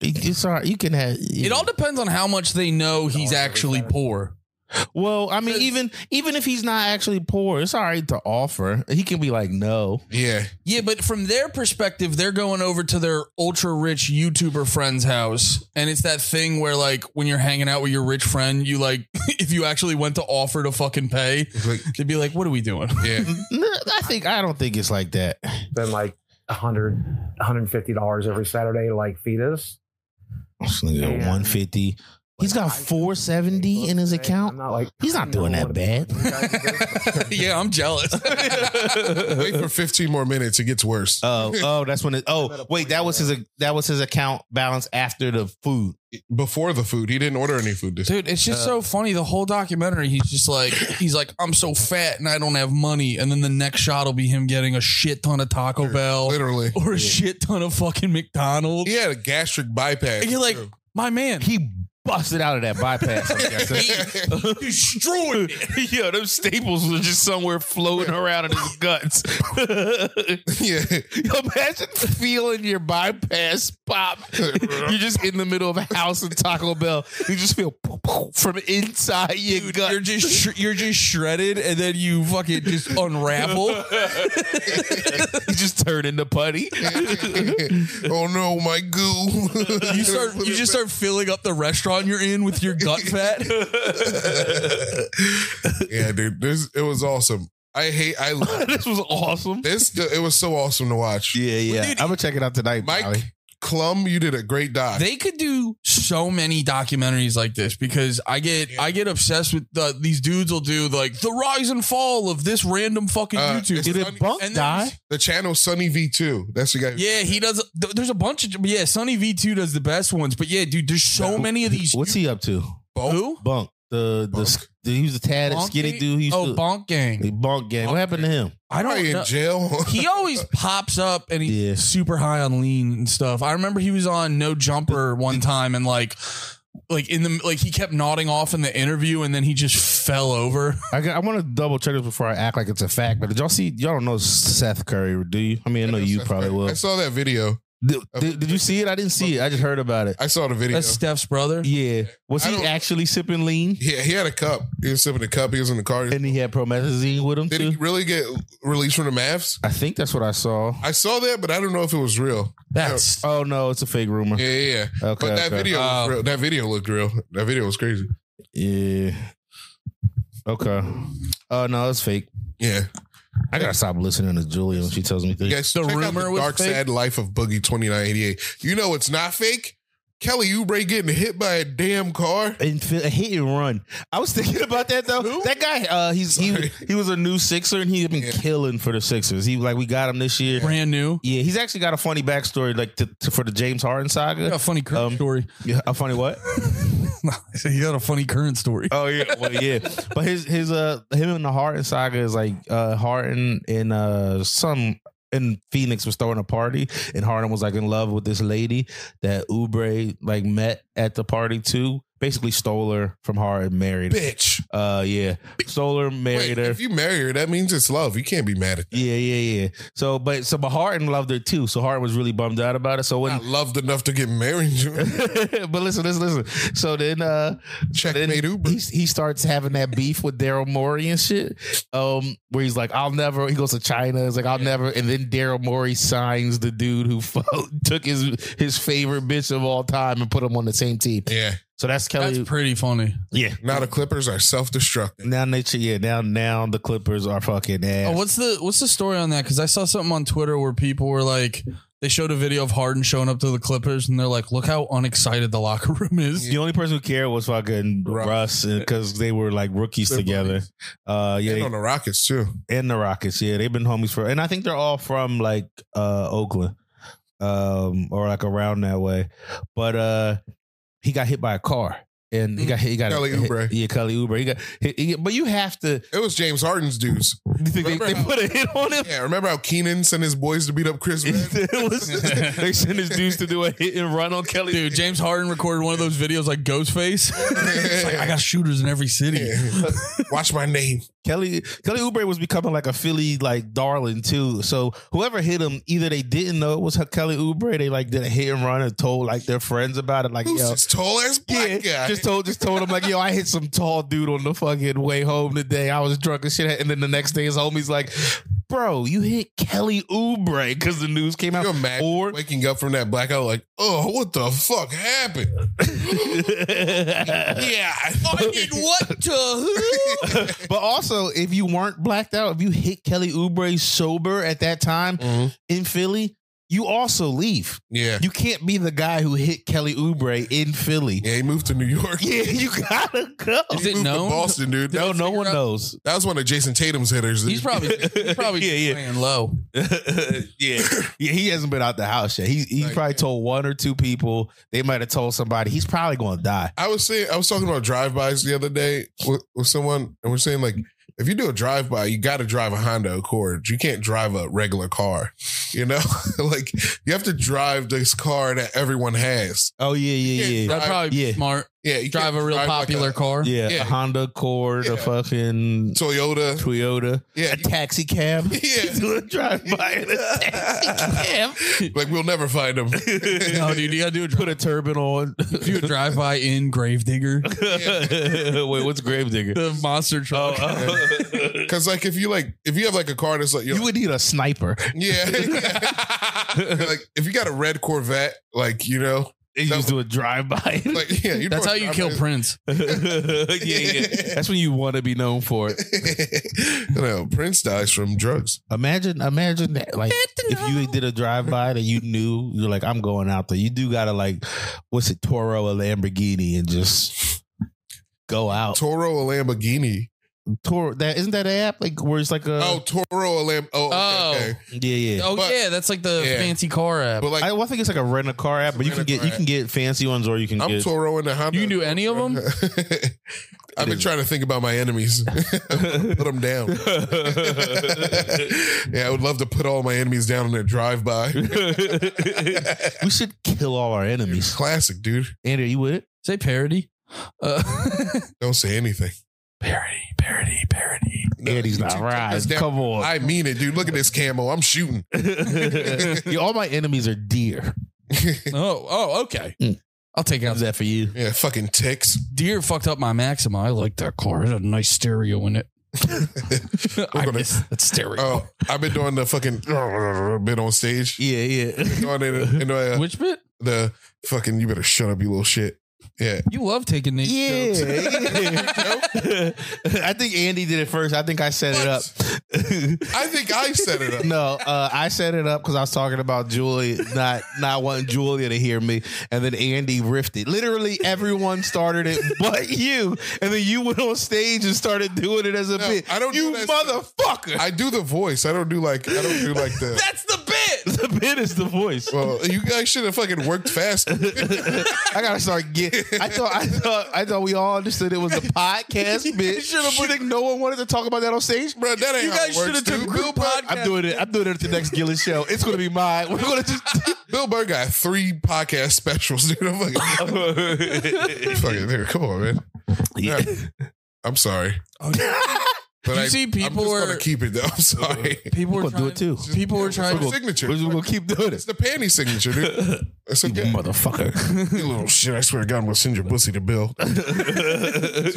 Speaker 5: It- It's all right. You can have.
Speaker 3: It all depends on how much they know he's actually poor.
Speaker 5: well, I mean, even even if he's not actually poor, it's all right to offer. He can be like, no.
Speaker 4: Yeah.
Speaker 3: Yeah, but from their perspective, they're going over to their ultra rich YouTuber friend's house. And it's that thing where, like, when you're hanging out with your rich friend, you like, if you actually went to offer to fucking pay,
Speaker 4: It's like,
Speaker 3: they'd be like, what are we doing?
Speaker 4: yeah.
Speaker 5: No, I think I don't think it's like that.
Speaker 2: Spend like 100 $150 every Saturday, like fetus.
Speaker 5: This nigga
Speaker 2: Yeah.
Speaker 5: one fifty. He's got four seventy in his
Speaker 2: I'm
Speaker 5: account.
Speaker 2: not like,
Speaker 5: He's not doing that bad.
Speaker 3: yeah, I'm jealous.
Speaker 4: Wait for 15 more minutes. It gets worse.
Speaker 5: Oh, oh, that's when it. Oh, wait, that was his. That was his account balance after the food.
Speaker 4: Before the food, he didn't order any food this
Speaker 3: Dude, it's just so funny. The whole documentary, he's just like, he's like, I'm so fat and I don't have money. And then the next shot will be him getting a shit ton of Taco Bell
Speaker 4: Literally.
Speaker 3: or a shit ton of fucking McDonald's.
Speaker 4: He had a gastric bypass.
Speaker 3: And you're like,
Speaker 4: True.
Speaker 3: my man,
Speaker 5: He busted out of that bypass. I'm guessing. Destroyed. Yo, those staples were just somewhere floating around in his guts.
Speaker 4: yeah.
Speaker 5: Imagine feeling your bypass pop. You're just in the middle of a house in Taco Bell. You just feel poof, poof from inside your gut.
Speaker 3: you're just sh- you're just shredded, and then you fucking just unravel.
Speaker 5: you just turn into putty.
Speaker 4: oh no, my goo.
Speaker 3: You start you just start filling up the restaurant you're in with your gut fat.
Speaker 4: yeah, dude. This it was awesome. I hate. I love
Speaker 5: this was awesome.
Speaker 4: this. It was so awesome to watch.
Speaker 5: Yeah, yeah.
Speaker 3: Dude,
Speaker 5: I'm gonna check it out tonight,
Speaker 4: Mike
Speaker 5: Molly.
Speaker 4: Clum, you did a great doc.
Speaker 3: They could do so many documentaries like this because I get I get obsessed with the, these dudes will do like the rise and fall of this random fucking
Speaker 4: Uh,
Speaker 3: YouTube.
Speaker 4: it's-
Speaker 5: Did it bunk
Speaker 3: And
Speaker 5: die?
Speaker 4: the channel Sunny V two. That's the guy. who-
Speaker 3: Yeah, he does. th- There's a bunch of yeah. Sonny V two does the best ones, but yeah, dude, there's so many of these.
Speaker 5: What's he up to?
Speaker 3: Who?
Speaker 5: Bunk. The the,
Speaker 4: Bunk.
Speaker 5: the he was a tad
Speaker 3: Bonk
Speaker 5: skinny
Speaker 3: Gang?
Speaker 5: dude. He used
Speaker 3: Oh,
Speaker 5: to,
Speaker 3: Bonk Gang.
Speaker 5: the bunk gang. What happened to him?
Speaker 3: I don't
Speaker 4: Probably
Speaker 3: know.
Speaker 4: in jail.
Speaker 3: he always pops up and he's
Speaker 5: Yeah.
Speaker 3: super high on lean and stuff. I remember he was on No Jumper one time and like like in the like he kept nodding off in the interview and then he just fell over.
Speaker 5: I, got- I want to double check this before I act like it's a fact. But did y'all see? Y'all don't know Seth Curry, do you? I mean, I know you probably will.
Speaker 4: I saw that video.
Speaker 5: Did, did, did you see it? I didn't see it. I just heard about it.
Speaker 4: I saw the video.
Speaker 3: That's Steph's brother.
Speaker 5: Yeah, was
Speaker 4: I
Speaker 5: he
Speaker 4: don't-
Speaker 5: actually sipping lean?
Speaker 4: Yeah, he had a cup. He was sipping a cup. He was in the car.
Speaker 5: And he had promethazine with him
Speaker 4: Did
Speaker 5: too.
Speaker 4: he really get released from the maths?
Speaker 5: I think that's what I saw.
Speaker 4: I saw that, but I don't know if it was real.
Speaker 3: That's
Speaker 5: Oh no, it's a fake rumor.
Speaker 4: Yeah,
Speaker 5: Yeah,
Speaker 4: yeah. yeah.
Speaker 5: okay,
Speaker 4: but that
Speaker 5: okay.
Speaker 4: video, was
Speaker 3: Um,
Speaker 4: real. that video looked real. That video was crazy.
Speaker 5: Yeah. Okay. Oh no, it's fake.
Speaker 4: Yeah,
Speaker 5: I gotta stop listening to Julia when she tells me
Speaker 4: you
Speaker 5: things.
Speaker 4: guys.
Speaker 3: The
Speaker 4: check out
Speaker 3: rumor was
Speaker 4: dark
Speaker 3: fake?
Speaker 4: sad life of Boogie twenty nine eighty eight. You know it's not fake. Kelly Oubre getting hit by a damn car.
Speaker 5: And fi- a hit and run. I was thinking about that though. That guy, uh, he's he,
Speaker 4: Sorry.
Speaker 5: he was a new Sixer and he had been
Speaker 4: Yeah.
Speaker 5: killing for the Sixers. He like we got him this year. Yeah,
Speaker 3: brand new.
Speaker 5: he's actually got a funny backstory like to, to- for the James Harden
Speaker 3: He got a
Speaker 5: saga.
Speaker 3: funny current
Speaker 5: Um,
Speaker 3: story.
Speaker 5: Yeah, a funny what?
Speaker 3: I said he got a funny current story.
Speaker 5: Oh yeah, well, yeah. But his his uh him and the Harden saga is like uh Harden and uh some in Phoenix was throwing a party and Harden was like in love with this lady that Ubre like met at the party too. Basically stole her from Harden, married. her.
Speaker 4: Bitch.
Speaker 5: Uh yeah, stole her,
Speaker 4: Wait,
Speaker 5: married her.
Speaker 4: if you marry her, that means it's love. You can't be mad at that.
Speaker 5: Yeah, yeah, yeah. So, but so, but Harden loved her too. So Harden was really bummed out about it. So
Speaker 4: I
Speaker 5: when,
Speaker 4: loved enough to get married.
Speaker 5: but listen, listen, listen. So then, uh, then
Speaker 4: Checkmate Uber.
Speaker 5: he, he starts having that beef with Daryl Morey and shit. Um, where he's like, I'll never. He goes to China. He's like, I'll never. And then Daryl Morey signs the dude who took his his favorite bitch of all time and put him on the same team.
Speaker 4: Yeah.
Speaker 5: So that's Kelly.
Speaker 3: That's pretty funny.
Speaker 5: yeah.
Speaker 4: Now the Clippers are self destructing.
Speaker 5: Now nature. Yeah. Now now the Clippers are fucking ass.
Speaker 3: Oh, what's the what's the story on that? Because I saw something on Twitter where people were like, they showed a video of Harden showing up to the Clippers, and they're like, "Look how unexcited the locker room is."
Speaker 5: The only person who cared was fucking
Speaker 4: Russ.
Speaker 5: Russ because they were like rookies
Speaker 4: They're
Speaker 5: together.
Speaker 4: buddies.
Speaker 5: Uh, yeah,
Speaker 4: And
Speaker 5: they-
Speaker 4: on the Rockets too.
Speaker 5: and the Rockets. Yeah, they've been homies for, and I think they're all from like uh Oakland, um, or like around that way. But uh, he got hit by a car, and he got he got
Speaker 4: Mm. Kelly Oubre.
Speaker 5: Yeah, Kelly Oubre. He got, he, he- but you have to.
Speaker 4: It was James Harden's dudes.
Speaker 5: You think they,
Speaker 4: Remember
Speaker 5: they
Speaker 4: how-
Speaker 5: put a hit on him?
Speaker 4: Yeah, remember how Keenan sent his boys to beat up Chris? Red?
Speaker 5: It was- they sent his dudes to do a hit and run on Kelly.
Speaker 3: Dude, James Harden recorded one of those videos like Ghostface. It's like, I got shooters in every city.
Speaker 4: Watch my name.
Speaker 5: Kelly Kelly Oubre was becoming like a Philly like darling too. So whoever hit him, either they didn't know it was Kelly Oubre, they like did a hit and run and told like their friends about it. Like
Speaker 4: Who's
Speaker 5: yo,
Speaker 4: this tall ass
Speaker 5: yeah,
Speaker 4: black guy?
Speaker 5: just told just told him like yo, I hit some tall dude on the fucking way home today. I was drunk and shit. And then the next day, his homies like, bro, you hit Kelly Oubre because the news came
Speaker 4: Can
Speaker 5: out.
Speaker 4: you imagine
Speaker 5: Or
Speaker 4: waking up from that blackout like, oh, what the fuck happened? yeah,
Speaker 3: I did what to who?
Speaker 5: but also, if you weren't blacked out, if you hit Kelly Oubre sober at that time
Speaker 4: Mhm.
Speaker 5: in Philly, you also leave.
Speaker 4: yeah,
Speaker 5: You can't be the guy who hit Kelly Oubre in Philly.
Speaker 4: yeah. He moved to New York.
Speaker 5: Yeah, you gotta go.
Speaker 3: Is
Speaker 4: He
Speaker 3: it
Speaker 4: moved
Speaker 3: known?
Speaker 4: to Boston, dude. That
Speaker 5: No,
Speaker 4: was,
Speaker 5: no one
Speaker 3: out-
Speaker 5: knows.
Speaker 4: that was one of Jason Tatum's hitters.
Speaker 3: He's probably he's probably
Speaker 5: Yeah, yeah.
Speaker 3: playing low.
Speaker 5: yeah, yeah, he hasn't been out the house yet. He he
Speaker 4: Like,
Speaker 5: probably
Speaker 4: yeah.
Speaker 5: told one or two people. They might have told somebody. He's probably gonna die.
Speaker 4: I was saying I was talking about drive bys the other day with, with someone, and we're saying like if you do a drive by, you got to drive a Honda Accord. You can't drive a regular car. You know, like you have to drive this car that everyone has.
Speaker 5: Oh yeah, yeah,
Speaker 4: Yeah,
Speaker 3: That'd
Speaker 5: yeah,
Speaker 4: Drive-
Speaker 3: probably be
Speaker 5: yeah.
Speaker 3: smart.
Speaker 4: Yeah, you
Speaker 3: Drive
Speaker 4: can't
Speaker 3: a real
Speaker 4: like
Speaker 3: popular
Speaker 4: a
Speaker 3: car.
Speaker 5: yeah.
Speaker 4: Yeah.
Speaker 5: A Honda Accord, a
Speaker 4: Yeah.
Speaker 5: fucking
Speaker 4: Toyota.
Speaker 5: Toyota,
Speaker 4: Yeah,
Speaker 5: a taxi cab.
Speaker 4: Yeah.
Speaker 5: do a drive by in a taxi cab.
Speaker 4: like we'll never find them.
Speaker 3: No, dude, you gotta do a
Speaker 5: Put a turban on.
Speaker 3: do a drive by in Gravedigger.
Speaker 5: Wait, what's Gravedigger?
Speaker 3: The monster truck.
Speaker 4: Because like if you like if you have like a car that's like you're
Speaker 5: you would need a sniper.
Speaker 4: yeah, like if you got a red Corvette, like you know,
Speaker 5: And you just do a drive by.
Speaker 4: like yeah, you
Speaker 3: That's how you kill Prince.
Speaker 5: yeah, yeah. That's when you want to be known for it.
Speaker 4: you know, Prince dies from drugs.
Speaker 5: Imagine, imagine that. Like, if you did a drive by that you knew, you're like, I'm going out there. You do gotta like, what's it, Toro a Lamborghini, and just go out.
Speaker 4: Toro a Lamborghini.
Speaker 5: Toro, that isn't that an app like where it's like a
Speaker 4: oh, Toro a Lam. Oh,
Speaker 3: Uh, Oh.
Speaker 4: okay, okay.
Speaker 5: yeah, yeah.
Speaker 3: Oh
Speaker 4: But-
Speaker 3: yeah, that's like the
Speaker 4: Yeah.
Speaker 3: fancy car app.
Speaker 4: but like
Speaker 5: I,
Speaker 4: I,
Speaker 5: well, I think it's like a rent a car app, but you can
Speaker 4: Rent-a-car
Speaker 5: get you can
Speaker 4: app.
Speaker 5: get fancy ones or you can
Speaker 4: am
Speaker 5: get.
Speaker 4: Toro in the Honda.
Speaker 3: You can do any of them?
Speaker 4: I've been trying to think about my enemies. put them down. yeah, I would love to put all my enemies down in a drive-by.
Speaker 5: we should kill all our enemies.
Speaker 4: Classic, dude.
Speaker 5: Andy, are you with it?
Speaker 3: Say parody. Uh,
Speaker 4: Don't say anything.
Speaker 3: parody, parody, parody.
Speaker 4: No,
Speaker 5: Andy's
Speaker 4: you
Speaker 5: not
Speaker 4: took
Speaker 5: right.
Speaker 4: us down.
Speaker 5: Come on.
Speaker 4: I mean it, dude. Look at this camo. I'm shooting.
Speaker 5: Yeah, all my enemies are deer.
Speaker 3: Oh, oh, okay.
Speaker 5: Mm.
Speaker 3: I'll take out
Speaker 5: How's that for you?
Speaker 4: Yeah, fucking ticks.
Speaker 3: Deer fucked up my Maxima. I like that car. It had a nice stereo in it. I
Speaker 4: gonna-
Speaker 3: miss that stereo.
Speaker 4: Oh, I've been doing the fucking bit on stage.
Speaker 5: Yeah, yeah.
Speaker 4: Doing it in the,
Speaker 3: Which bit?
Speaker 4: uh, the fucking you better shut up, you little shit. Yeah.
Speaker 3: You love taking these jokes.
Speaker 5: I think Andy did it first. I think I set it up.
Speaker 4: I think I set it up.
Speaker 5: no, uh, I set it up because I was talking about Julia not not wanting Julia to hear me, and then Andy riffed it. Literally, everyone started it but you, and then you went on stage and started doing it as a
Speaker 4: No,
Speaker 5: bit.
Speaker 4: I don't
Speaker 5: you
Speaker 4: do that
Speaker 5: motherfucker.
Speaker 4: I do the voice. I don't do like I don't do like the
Speaker 3: That's the bit.
Speaker 5: the bit is the voice.
Speaker 4: well, you guys should have fucking worked fast.
Speaker 5: I gotta start getting. I thought I thought I thought we all understood it was a podcast bit. You think no one wanted to talk about that on stage?
Speaker 4: Bro, that ain't
Speaker 3: You
Speaker 4: how it
Speaker 3: guys should
Speaker 4: works,
Speaker 3: have took
Speaker 4: dude.
Speaker 3: group podcast.
Speaker 5: I'm doing it. I'm doing it at the next Gillis show. It's gonna be mine. We're gonna just.
Speaker 4: Bill Burr got three podcast specials, dude. I'm like, fucking, dude, come on, man.
Speaker 5: Yeah.
Speaker 4: I'm sorry,
Speaker 3: Oh,
Speaker 4: but
Speaker 3: You
Speaker 4: I
Speaker 3: see, people
Speaker 4: I'm just
Speaker 3: are-
Speaker 4: gonna keep it though. I'm sorry.
Speaker 3: People were
Speaker 5: We'll do
Speaker 3: trying,
Speaker 5: it too.
Speaker 3: People were
Speaker 4: It's
Speaker 3: trying.
Speaker 4: my signature.
Speaker 5: We're just gonna keep doing
Speaker 4: It's the panty signature, dude. It's okay.
Speaker 5: motherfucker.
Speaker 4: You little shit. I swear to God, I'm gonna send your pussy to Bill. That's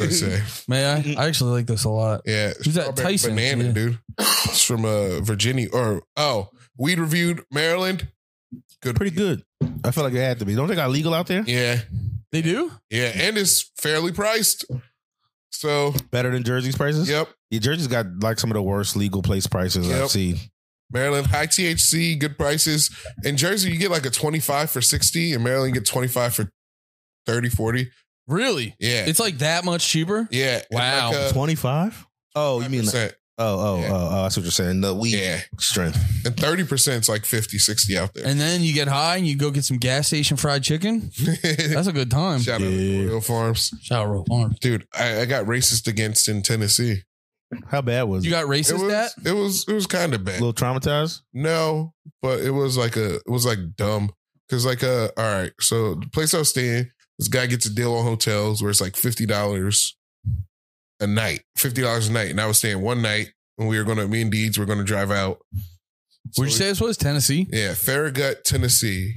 Speaker 4: what I say.
Speaker 3: May I? I actually like this a lot.
Speaker 4: Yeah.
Speaker 3: Who's that?
Speaker 4: strawberry
Speaker 3: Tyson,
Speaker 4: Banana,
Speaker 3: yeah.
Speaker 4: dude. It's from uh, Virginia or oh, weed reviewed Maryland. Good.
Speaker 5: Pretty good. I feel like it had to be. Don't they got legal out there?
Speaker 4: Yeah.
Speaker 3: They do.
Speaker 4: Yeah. And it's fairly priced. So,
Speaker 5: Better than Jersey's prices.
Speaker 4: yep.
Speaker 5: Yeah, Jersey's got like some of the worst legal place prices
Speaker 4: Yep.
Speaker 5: I've seen.
Speaker 4: Maryland, high THC, good prices. In Jersey, you get like a 25 for 60. In Maryland, you get 25 for 30, 40.
Speaker 3: Really?
Speaker 4: Yeah.
Speaker 3: It's like that much cheaper.
Speaker 4: yeah. and
Speaker 3: Wow.
Speaker 4: Like, uh,
Speaker 5: Twenty five. Oh, you mean?
Speaker 4: 5%.
Speaker 5: Oh, oh,
Speaker 4: Yeah.
Speaker 5: oh, oh, that's what you're saying. The weed
Speaker 4: Yeah.
Speaker 5: strength.
Speaker 4: And 30% is like 50, 60 out there.
Speaker 3: And then you get high and you go get some gas station fried chicken. That's a good time.
Speaker 4: Shout out to Royal Farms.
Speaker 3: Shout out Royal Farms.
Speaker 4: Dude, I, I got racist against in Tennessee.
Speaker 5: How bad was
Speaker 3: You
Speaker 5: it?
Speaker 3: got
Speaker 4: It
Speaker 3: racist
Speaker 4: was,
Speaker 3: that?
Speaker 4: it was it was kind of
Speaker 5: A
Speaker 4: bad.
Speaker 5: little traumatized?
Speaker 4: No, but it was like a it was like dumb because like uh all right. So the place I was staying, this guy gets a deal on hotels where it's like fifty dollars a night, fifty dollars a night, and I was staying one night, and we were gonna me and Deeds were gonna drive out.
Speaker 3: Where'd you say this was? Tennessee?
Speaker 4: Yeah, Farragut, Tennessee.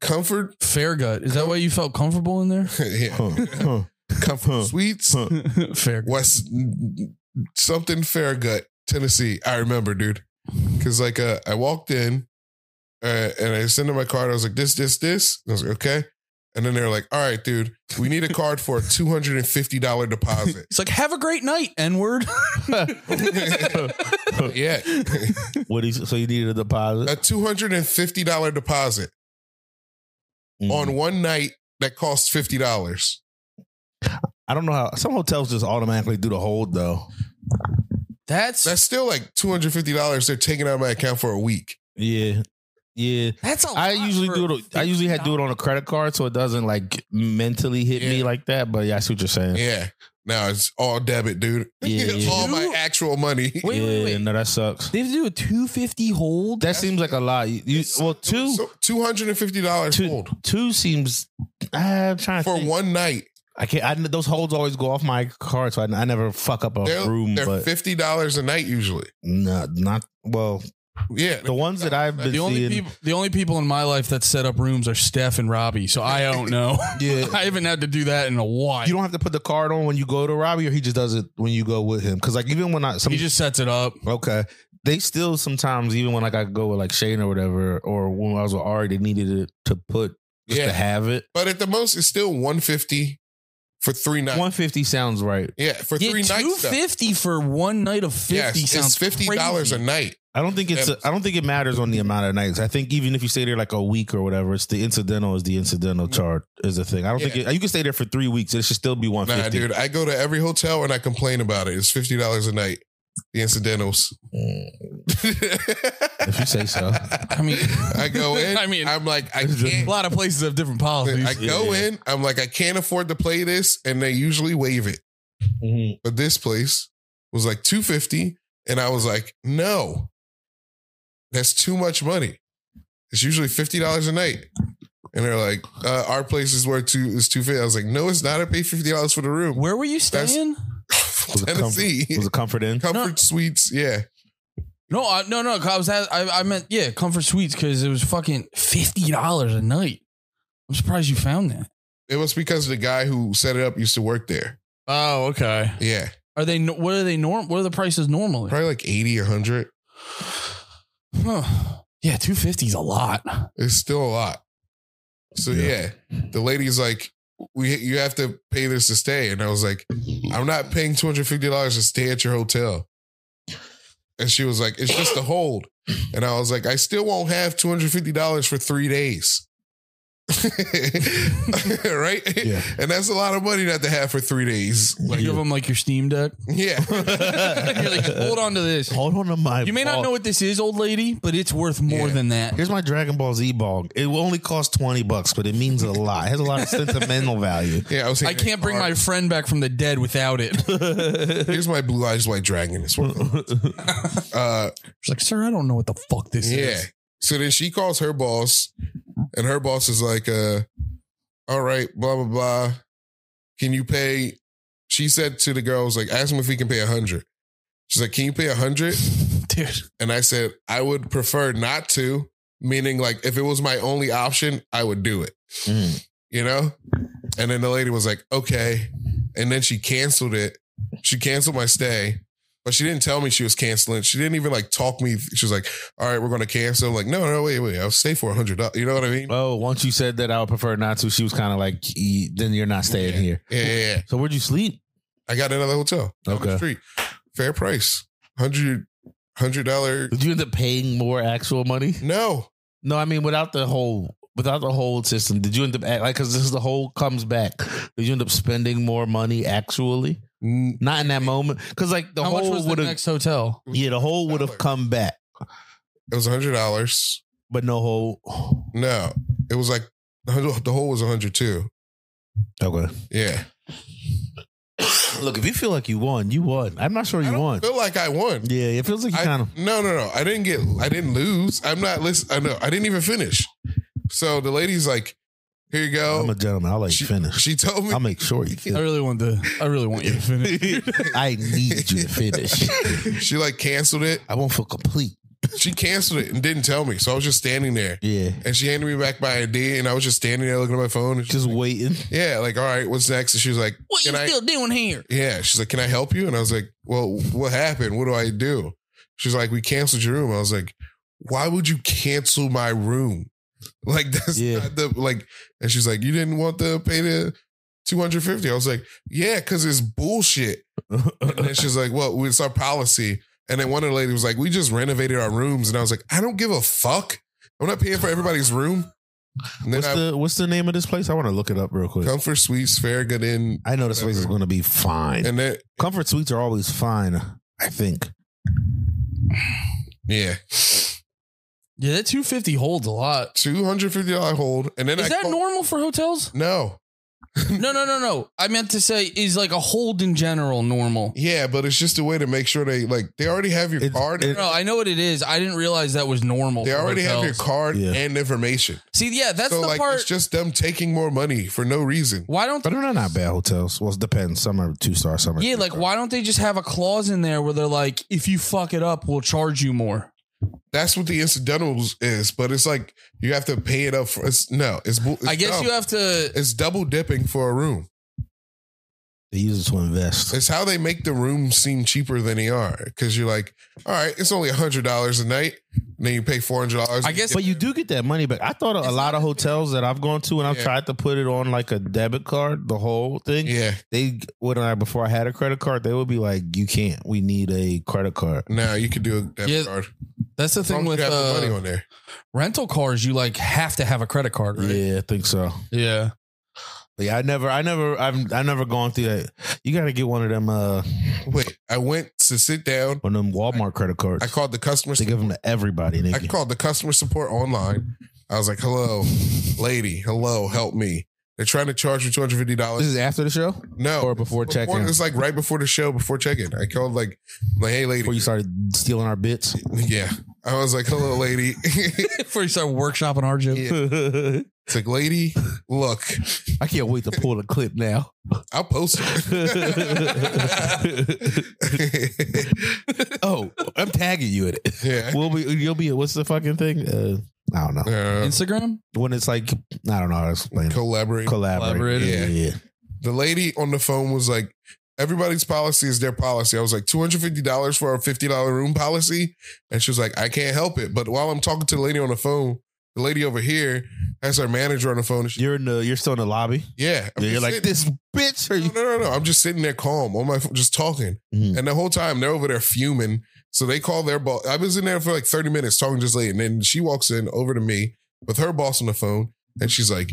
Speaker 4: Comfort,
Speaker 3: Fairgut. Is that why you felt comfortable in there?
Speaker 4: yeah,
Speaker 5: Huh, huh,
Speaker 4: comfort
Speaker 5: Huh.
Speaker 4: sweets.
Speaker 5: huh.
Speaker 3: Fairgut.
Speaker 4: West something Farragut, Tennessee. I remember, dude. Cause like uh, I walked in uh, and I sent in my card. I was like, this, this, this. And I was like, okay. And then they were like, all right, dude, we need a card for a two hundred and fifty dollar deposit.
Speaker 3: It's like, have a great night, N word.
Speaker 4: yeah,
Speaker 5: What he, so you needed a
Speaker 4: a
Speaker 5: deposit?
Speaker 4: two hundred and fifty dollar deposit
Speaker 5: Mm.
Speaker 4: on one night that costs fifty dollars.
Speaker 5: I don't know how some hotels just automatically do the hold though.
Speaker 3: That's
Speaker 4: That's still like two hundred fifty dollars. They're taking out of my account for a week.
Speaker 5: Yeah. Yeah.
Speaker 3: that's
Speaker 4: Oh,
Speaker 3: a
Speaker 5: I
Speaker 3: lot
Speaker 5: usually
Speaker 3: for
Speaker 5: do it I usually had to do it on a credit card so it doesn't like mentally hit me
Speaker 4: Yeah.
Speaker 5: like that. But yeah, I see what you're saying.
Speaker 4: Yeah. Now it's all debit, dude.
Speaker 5: Yeah, yeah.
Speaker 4: all my actual money.
Speaker 3: Wait, wait,
Speaker 5: yeah,
Speaker 3: wait.
Speaker 5: no, that sucks.
Speaker 3: They have to do a 250 hold.
Speaker 5: That seems like a lot. You- you- well, two,
Speaker 4: So two hundred and fifty dollars
Speaker 5: two,
Speaker 4: hold
Speaker 5: two seems. I'm trying to
Speaker 4: for
Speaker 5: think.
Speaker 4: one night.
Speaker 5: I can't. I, those holds always go off my card, so I, I never fuck up a
Speaker 4: They're,
Speaker 5: room.
Speaker 4: they're
Speaker 5: But
Speaker 4: fifty dollars a night usually.
Speaker 5: no, not well.
Speaker 4: Yeah,
Speaker 5: The ones that I've been
Speaker 3: the only
Speaker 5: seeing,
Speaker 3: people, the only people in my life that set up rooms are Steph and Robbie. So I don't know.
Speaker 5: yeah,
Speaker 3: I haven't had to do that in a while.
Speaker 5: you don't have to put the card on when you go to Robbie, or he just does it when you go with him. Because like even when I some
Speaker 3: he just sets it up.
Speaker 5: Okay. They still sometimes, even when like I go with like Shane or whatever, or when I was with Ari, they needed it to put just
Speaker 4: Yeah.
Speaker 5: to have it.
Speaker 4: but at the most, it's still one fifty for three nights.
Speaker 5: One fifty sounds right.
Speaker 4: yeah, for
Speaker 3: Yeah,
Speaker 4: three nights. though.
Speaker 3: 250 for one night of 50
Speaker 4: Yes,
Speaker 3: sounds
Speaker 4: it's fifty dollars
Speaker 3: crazy.
Speaker 4: a night.
Speaker 5: I don't think it's.
Speaker 4: Yeah.
Speaker 5: I don't think it matters on the amount of nights. I think even if you stay there like a week or whatever, it's the incidental is the
Speaker 3: Mm.
Speaker 5: incidental chart is the thing. I don't think
Speaker 4: Yeah.
Speaker 5: it, you can stay there for three weeks. It should still be one
Speaker 4: Nah,
Speaker 5: fifty.
Speaker 4: dude, I go to every hotel and I complain about it. It's fifty dollars a night. The incidentals.
Speaker 5: if you say so.
Speaker 3: I mean,
Speaker 4: I go in.
Speaker 3: I
Speaker 4: I
Speaker 3: mean-
Speaker 4: mean, I'm like, I
Speaker 3: a
Speaker 4: can't.
Speaker 3: lot of places have different policies.
Speaker 4: I go
Speaker 5: Yeah.
Speaker 4: in. I'm like, I can't afford to play this, and they usually waive it.
Speaker 5: Mhm.
Speaker 4: but this place was like 250 and i was like no that's too much money it's usually $50 a night and they're like uh, our place is worth two is 250 i was like no it's not i pay $50 for the room
Speaker 3: Where were you staying?
Speaker 5: Was it comfort-
Speaker 4: tennessee
Speaker 5: Was a comfort in?
Speaker 4: comfort suites yeah
Speaker 3: No, I, no, no. 'cause I was at, I, I meant yeah, Comfort Suites because it was fucking fifty dollars a night. I'm surprised you found that.
Speaker 4: it was because the guy who set it up used to work there
Speaker 3: Oh, okay.
Speaker 4: yeah
Speaker 3: Are they? no- What are they norm? What are the prices normally?
Speaker 4: probably like 80 or 100
Speaker 3: Huh. Yeah, two fifty is a lot.
Speaker 4: it's still a lot so yeah, the lady's like we you have to pay this to stay and i was like i'm not paying $250 to stay at your hotel and she was like it's just a hold and i was like i still won't have $250 for three days right
Speaker 5: Yeah.
Speaker 4: and that's a lot of money not to have for three days
Speaker 3: Like, Give them like your Steam Deck.
Speaker 4: yeah
Speaker 3: You're like, hold on to this.
Speaker 5: Hold on to my.
Speaker 3: You may not
Speaker 5: ball.
Speaker 3: know what this is, old lady, but it's worth more
Speaker 4: Yeah.
Speaker 3: than that.
Speaker 5: Here's my Dragon Ball Z ball. It will only cost twenty bucks, but it means a lot. It has a lot of sentimental value.
Speaker 4: yeah i was
Speaker 3: I
Speaker 4: hitting
Speaker 3: can't bring my
Speaker 4: hard.
Speaker 3: friend back from the dead without it. It's
Speaker 4: here's my blue eyes white dragon it's worth
Speaker 5: Mm.
Speaker 4: it. uh
Speaker 3: like, sir, I don't know what the fuck this
Speaker 4: Yeah.
Speaker 3: is.
Speaker 4: So then she calls her boss, and her boss is like, uh, all right, blah, blah, blah. Can you pay? She said to the girl, I was like, ask him if he can pay a hundred. She's like, Can you pay a hundred?
Speaker 3: Dude,
Speaker 4: And I said, I would prefer not to, meaning like if it was my only option, I would do it.
Speaker 5: Mm.
Speaker 4: You know? And then the lady was like, okay. And then she canceled it. She canceled my stay, but she didn't tell me she was canceling. She didn't even like talk me. She was like, all right, we're going to cancel. I'm like, no, no, wait, wait. I'll stay for a hundred. dollars." You know what I mean?
Speaker 5: Oh, once you said that, I would prefer not to. She was kind of like, "E- then you're not staying here.
Speaker 4: Yeah, yeah, yeah.
Speaker 5: So where'd you sleep?
Speaker 4: I got another hotel. down the
Speaker 5: Okay.
Speaker 4: street. Fair price. Hundred, hundred dollar.
Speaker 5: Did you end up paying more actual money?
Speaker 4: No.
Speaker 5: No, I mean without the whole without the whole system. Did you end up act, like because this is the whole comes back? Did you end up spending more money actually? Not in that moment, because like the
Speaker 3: How much
Speaker 5: whole
Speaker 3: was the
Speaker 5: would have
Speaker 3: next hotel?
Speaker 5: yeah, the whole would have come back,
Speaker 4: It was hundred dollars.
Speaker 5: but no whole.
Speaker 4: No, it was like the whole- the hole was hundred two.
Speaker 5: Okay,
Speaker 4: Yeah,
Speaker 5: look, if you feel like you won, you won. I'm not sure
Speaker 4: I
Speaker 5: you
Speaker 4: don't
Speaker 5: won.
Speaker 4: feel like I won.
Speaker 5: Yeah, it feels like you
Speaker 4: I-
Speaker 5: kind of.
Speaker 4: No, no, no. I didn't get. I didn't lose. I'm not. Listen, I know. I didn't even finish. So the lady's like, "Here you go."
Speaker 5: I'm a gentleman. I'll let
Speaker 4: she,
Speaker 5: you finish.
Speaker 4: She told me.
Speaker 5: I'll make sure you
Speaker 3: I
Speaker 5: finish.
Speaker 3: really want to. I really want you to finish.
Speaker 5: I need you to finish.
Speaker 4: she like canceled it.
Speaker 5: I won't feel complete.
Speaker 4: She canceled it and didn't tell me. So I was just standing there,
Speaker 5: Yeah,
Speaker 4: and she handed me back my ID, and I was just standing there looking at my phone. And she's
Speaker 5: just waiting.
Speaker 4: like, yeah, like all right, what's next? And she was like,
Speaker 3: what you
Speaker 4: "Can I?"
Speaker 3: still doing here?
Speaker 4: Yeah, she's like, "Can I help you?" And I was like, "Well, what happened? What do I do?" She's like, "We canceled your room." I was like, "Why would you cancel my room?" Like that's
Speaker 5: Yeah.
Speaker 4: not the like. And she's like, "You didn't want to pay the two hundred fifty. I was like, "Yeah, because it's bullshit." And then she's like, "Well, it's our policy." And then one of the ladies was like, "We just renovated our rooms," and I was like, "I don't give a fuck. I'm not paying for everybody's room." And then
Speaker 5: What's
Speaker 4: I
Speaker 5: the What's the name of this place? I want to look it up real quick.
Speaker 4: comfort suites, Farragut Inn,
Speaker 5: I know this place is going to be fine.
Speaker 4: and then
Speaker 5: Comfort suites are always fine. I think.
Speaker 4: yeah,
Speaker 3: Yeah, that two fifty holds a lot.
Speaker 4: two hundred fifty dollar hold, and then
Speaker 3: Is
Speaker 4: I
Speaker 3: that
Speaker 4: called-
Speaker 3: normal for hotels?
Speaker 4: No.
Speaker 3: No, no, no, no. I meant to say is like a hold in general normal.
Speaker 4: Yeah, but it's just a way to make sure they like they already have your
Speaker 5: It's-
Speaker 4: card.
Speaker 5: it-
Speaker 3: No, I know what it is. I didn't realize that was normal.
Speaker 4: they
Speaker 3: for
Speaker 4: already have your
Speaker 3: hotels.
Speaker 4: card
Speaker 5: Yeah.
Speaker 4: and information.
Speaker 3: See, yeah, that's
Speaker 4: so
Speaker 3: the
Speaker 4: like
Speaker 3: part.
Speaker 4: it's just them taking more money for no reason.
Speaker 3: why don't
Speaker 5: But they're not bad hotels. Well, it depends. Some are two star, some are
Speaker 3: yeah, like why don't they just have a clause in there where they're like, if you fuck it up, we'll charge you more.
Speaker 4: That's what the incidentals is, but it's like you have to pay it up for it's no, it's, bu- it's
Speaker 3: I guess
Speaker 4: dumb.
Speaker 3: you have to.
Speaker 4: it's double dipping for a room.
Speaker 5: they use it to invest.
Speaker 4: It's how they make the room seem cheaper than they are. Cause you're like, all right, it's only hundred dollars a night. And then you pay four hundred dollars.
Speaker 3: I guess-
Speaker 5: But you do get that money back. I thought a lot of hotels that I've gone to and I've
Speaker 4: Yeah.
Speaker 5: tried to put it on like a debit card, the whole thing.
Speaker 4: Yeah.
Speaker 5: They when I before I had a credit card, they would be like, "You can't. We need a credit card."
Speaker 4: No, you could do a debit
Speaker 3: Yeah,
Speaker 4: card.
Speaker 3: That's the
Speaker 4: As long
Speaker 3: thing
Speaker 4: as
Speaker 3: with
Speaker 4: you have the money
Speaker 3: uh,
Speaker 4: on there.
Speaker 3: rental cars. You like have to have a credit card, right?
Speaker 5: Yeah, I think so.
Speaker 3: yeah.
Speaker 5: Yeah, I never, I never, I've, I never gone through that. You got to get one of them, uh,
Speaker 4: Wait, I went to sit down.
Speaker 5: one of them Walmart credit cards.
Speaker 4: I called the customer
Speaker 5: They give them to everybody.
Speaker 4: I
Speaker 5: Nigga.
Speaker 4: called the customer support online. I was like, "Hello, lady. Hello, help me. They're trying to charge me two hundred fifty
Speaker 5: this
Speaker 4: dollars.
Speaker 5: is after the show
Speaker 4: No,
Speaker 5: or before
Speaker 4: Before-
Speaker 5: check in,
Speaker 4: It's like right before the show, before check-in. I called like, like, hey, lady.
Speaker 5: before you started stealing our bits.
Speaker 4: yeah, I was like, hello, lady.
Speaker 3: Before you start workshopping our joke.
Speaker 4: Yeah.
Speaker 5: I
Speaker 4: it's like, lady, look,
Speaker 5: can't wait to pull the clip now.
Speaker 4: I'll post it.
Speaker 5: oh, I'm tagging you in it.
Speaker 4: yeah.
Speaker 5: We'll be, you'll be. What's the fucking thing? Uh, I don't know.
Speaker 4: Uh,
Speaker 3: Instagram.
Speaker 5: When it's like, I don't know how to explain it.
Speaker 4: collaborate.
Speaker 5: Collaborate.
Speaker 4: Collaborative.
Speaker 5: Yeah, yeah.
Speaker 4: the lady on the phone was like, everybody's policy is their policy. I was like, $250 for a $50 room policy. And she was like, I can't help it. But while I'm talking to the lady on the phone, the lady over here has her manager on the phone. And she,
Speaker 5: You're in the, you're still in the lobby.
Speaker 4: yeah. I'm
Speaker 5: Yeah, you're
Speaker 4: just
Speaker 5: like
Speaker 4: sitting-
Speaker 5: this bitch. Are you?
Speaker 4: No, no, no, no. I'm just sitting there calm on my phone, just talking.
Speaker 5: Mhm.
Speaker 4: And the whole time they're over there fuming. So they call their boss. I was in there for like 30 minutes talking to this lady. And then she walks in over to me with her boss on the phone. And she's like,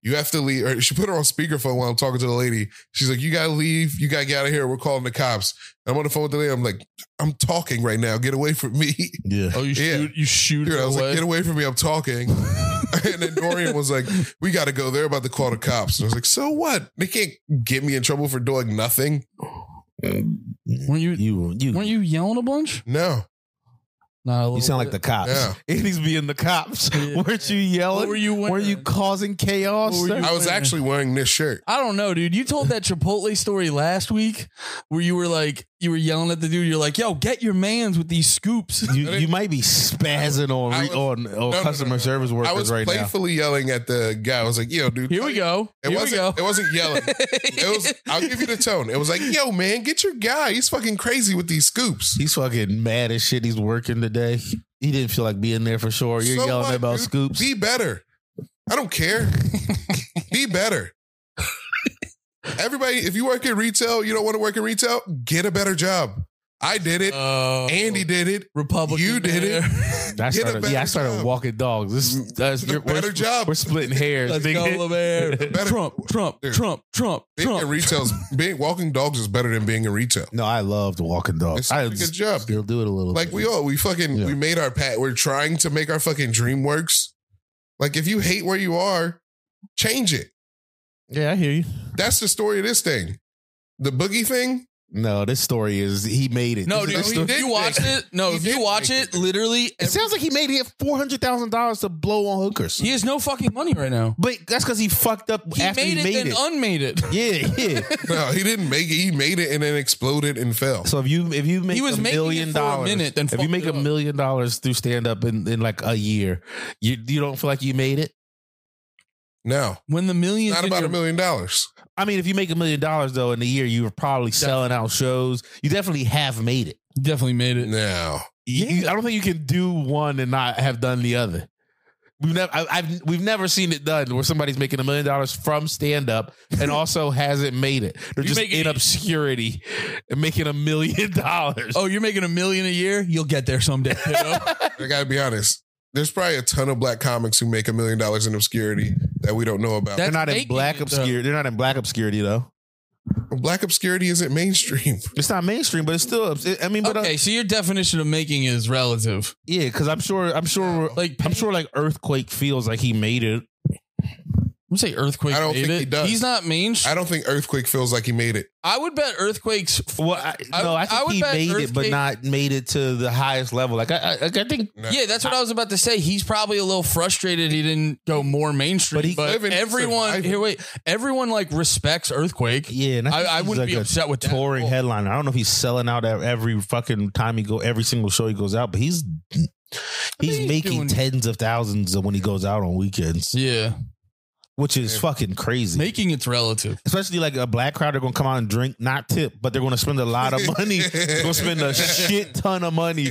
Speaker 4: You have to leave. Or she put her on speakerphone while I'm talking to the lady. She's like, You got to leave. You got to get out of here. We're calling the cops. And I'm on the phone with the lady. I'm like, I'm talking right now. Get away from me.
Speaker 5: Yeah.
Speaker 3: Oh, you
Speaker 4: Yeah.
Speaker 3: shoot. You shoot.
Speaker 4: Dude,
Speaker 3: her
Speaker 4: I was
Speaker 3: away.
Speaker 4: like, Get away from me. I'm talking. and then Dorian was like, We got to go. They're about to call the cops. And I was like, So what? They can't get me in trouble for doing nothing.
Speaker 3: weren't you?
Speaker 5: Mm, You, you,
Speaker 3: Weren't you yelling a bunch?
Speaker 4: No,
Speaker 3: No.
Speaker 5: You sound like the cops.
Speaker 4: Yeah.
Speaker 5: It needs to be in the cops.
Speaker 3: Yeah.
Speaker 5: Weren't you
Speaker 3: What
Speaker 5: yelling?
Speaker 3: were
Speaker 5: Were
Speaker 3: you?
Speaker 5: you,
Speaker 3: Wearing?
Speaker 5: causing chaos?
Speaker 3: What were
Speaker 5: sir?
Speaker 3: you-
Speaker 4: I was actually wearing this shirt.
Speaker 3: I don't know, dude. You told that Chipotle story last week where you were like, you were yelling at the dude. You're like, yo, get your mans with these scoops.
Speaker 5: You, you might be spazzing on
Speaker 4: I
Speaker 5: re-
Speaker 4: was-
Speaker 5: on, on
Speaker 4: no, no,
Speaker 5: customer
Speaker 4: no, no.
Speaker 5: service workers
Speaker 4: I was
Speaker 5: right
Speaker 4: playfully yelling at the guy. I was like, "Yo, dude,
Speaker 3: Here we go.
Speaker 4: It
Speaker 3: Here we
Speaker 4: wasn't.
Speaker 3: go.
Speaker 4: It wasn't yelling. It was. I'll give you the tone. It was like, "Yo, man, get your guy. He's fucking crazy with these scoops."
Speaker 5: now. He's fucking mad as shit. He's working today. He didn't feel like being there for sure. You're
Speaker 4: So
Speaker 5: yelling
Speaker 4: what,
Speaker 5: about
Speaker 4: dude?
Speaker 5: scoops.
Speaker 4: Be better. I don't care. Be better. Everybody, if you work in retail, you don't want to work in retail. Get a better job. I did it.
Speaker 3: Uh,
Speaker 4: Andy did it.
Speaker 3: Republican.
Speaker 4: you did it. Get
Speaker 5: I
Speaker 4: a
Speaker 5: started,
Speaker 4: better
Speaker 5: yeah, I started
Speaker 4: job.
Speaker 5: walking dogs. This, is- that's-
Speaker 4: Get a
Speaker 5: we're-
Speaker 4: better
Speaker 5: we're,
Speaker 4: job.
Speaker 5: We're splitting hairs.
Speaker 3: Let's
Speaker 5: nigga.
Speaker 3: go, LeBaire.
Speaker 4: Better-
Speaker 3: Trump, Trump,
Speaker 4: Dude.
Speaker 3: Trump, Trump,
Speaker 4: Being in
Speaker 3: Trump.
Speaker 4: retail's being walking dogs is better than being in retail.
Speaker 5: No, I loved walking dogs.
Speaker 4: It's
Speaker 5: Oh, I
Speaker 4: a good job.
Speaker 5: Still do it a little.
Speaker 4: Like
Speaker 5: bit.
Speaker 4: we all we fucking we made our pat. We're trying to make our fucking dream works. Like if you hate where you are, change it.
Speaker 5: Yeah, I hear you.
Speaker 4: That's the story of this thing. The boogie thing.
Speaker 5: No, this story is he made it.
Speaker 3: No,
Speaker 5: This
Speaker 3: dude,
Speaker 5: is-
Speaker 4: he
Speaker 3: if
Speaker 4: did
Speaker 3: you
Speaker 4: make
Speaker 3: watch
Speaker 4: it.
Speaker 3: it, no,
Speaker 4: He
Speaker 3: if
Speaker 4: did
Speaker 3: you watch
Speaker 4: make
Speaker 3: it, literally,
Speaker 5: it sounds like he made it four hundred thousand dollars to blow on hookers.
Speaker 3: he has no fucking money right now.
Speaker 5: But that's because he fucked up
Speaker 3: He
Speaker 5: after
Speaker 3: made
Speaker 5: he
Speaker 3: it
Speaker 5: made
Speaker 3: and
Speaker 5: it.
Speaker 3: unmade it.
Speaker 5: yeah, yeah.
Speaker 4: No, he didn't make it. He made it and then exploded and fell.
Speaker 5: So if you if you make
Speaker 3: was
Speaker 5: a
Speaker 3: making it
Speaker 5: million
Speaker 3: for a
Speaker 5: dollars,
Speaker 3: minute, then
Speaker 5: if you
Speaker 3: fucked
Speaker 5: make
Speaker 3: it
Speaker 5: a
Speaker 3: up.
Speaker 5: million dollars through stand up in, in like a year, you you don't feel like you made it.
Speaker 4: No,
Speaker 3: When the millions,
Speaker 4: not
Speaker 3: in
Speaker 4: about a
Speaker 3: your-
Speaker 4: million dollars.
Speaker 5: I mean, if you make a million dollars though in a year, you were probably selling out shows. You definitely have made it.
Speaker 3: definitely made it.
Speaker 4: No,
Speaker 5: You- you- I don't think you can do one and not have done the other. We've never, I, I've, we've never seen it done where somebody's making a million dollars from stand up and also hasn't made it. They're
Speaker 3: You
Speaker 5: just
Speaker 3: make
Speaker 5: in
Speaker 3: it- e
Speaker 5: obscurity and making a million dollars.
Speaker 3: Oh, you're making a million a year? You'll get there someday. kiddo.
Speaker 4: I gotta be honest. There's probably a ton of black comics who make a million dollars in obscurity that we don't know about.
Speaker 3: That-
Speaker 5: they're not in
Speaker 3: making
Speaker 5: black
Speaker 3: it, though.
Speaker 5: obscurity. They're not in black obscurity though.
Speaker 4: black obscurity isn't mainstream.
Speaker 5: It's not mainstream, but it's still. obs- I mean, but uh,
Speaker 3: okay, so your definition of making is relative.
Speaker 5: yeah, because I'm sure. I'm sure.
Speaker 3: Like,
Speaker 5: I'm sure. Like earthquake feels like he made it.
Speaker 3: I'm say earthquake.
Speaker 4: I don't
Speaker 3: made
Speaker 4: think
Speaker 3: it.
Speaker 4: he does.
Speaker 3: He's not mainstream.
Speaker 4: I don't think Earthquake feels like he made it.
Speaker 3: I would bet earthquakes.
Speaker 5: Well, I,
Speaker 3: I-
Speaker 5: no, I think
Speaker 3: I would
Speaker 5: he
Speaker 3: bet
Speaker 5: made it, but
Speaker 3: Earthquake-
Speaker 5: not made it to the highest level. Like I, I, like, I think
Speaker 4: No.
Speaker 3: Yeah, that's what I was about to say. He's probably a little frustrated he didn't go more mainstream.
Speaker 5: But
Speaker 3: But,
Speaker 5: he-
Speaker 4: Living
Speaker 3: everyone
Speaker 4: surviving.
Speaker 3: here, wait, everyone like respects earthquake.
Speaker 5: Yeah, and
Speaker 3: I-
Speaker 5: think
Speaker 3: I
Speaker 5: he's
Speaker 3: wouldn't be upset with that at
Speaker 5: touring
Speaker 3: all.
Speaker 5: headliner. I don't know if he's selling out at every fucking time he go, every single show he goes out, but he's he's
Speaker 3: he's
Speaker 5: making
Speaker 3: doing-
Speaker 5: tens of thousands of when he goes out on weekends,
Speaker 3: Yeah,
Speaker 5: which is fucking crazy.
Speaker 3: making it's relative.
Speaker 5: Especially like a black crowd, they're gonna come out and drink, not tip, but they're gonna spend a lot of money. they're gonna spend a shit ton of money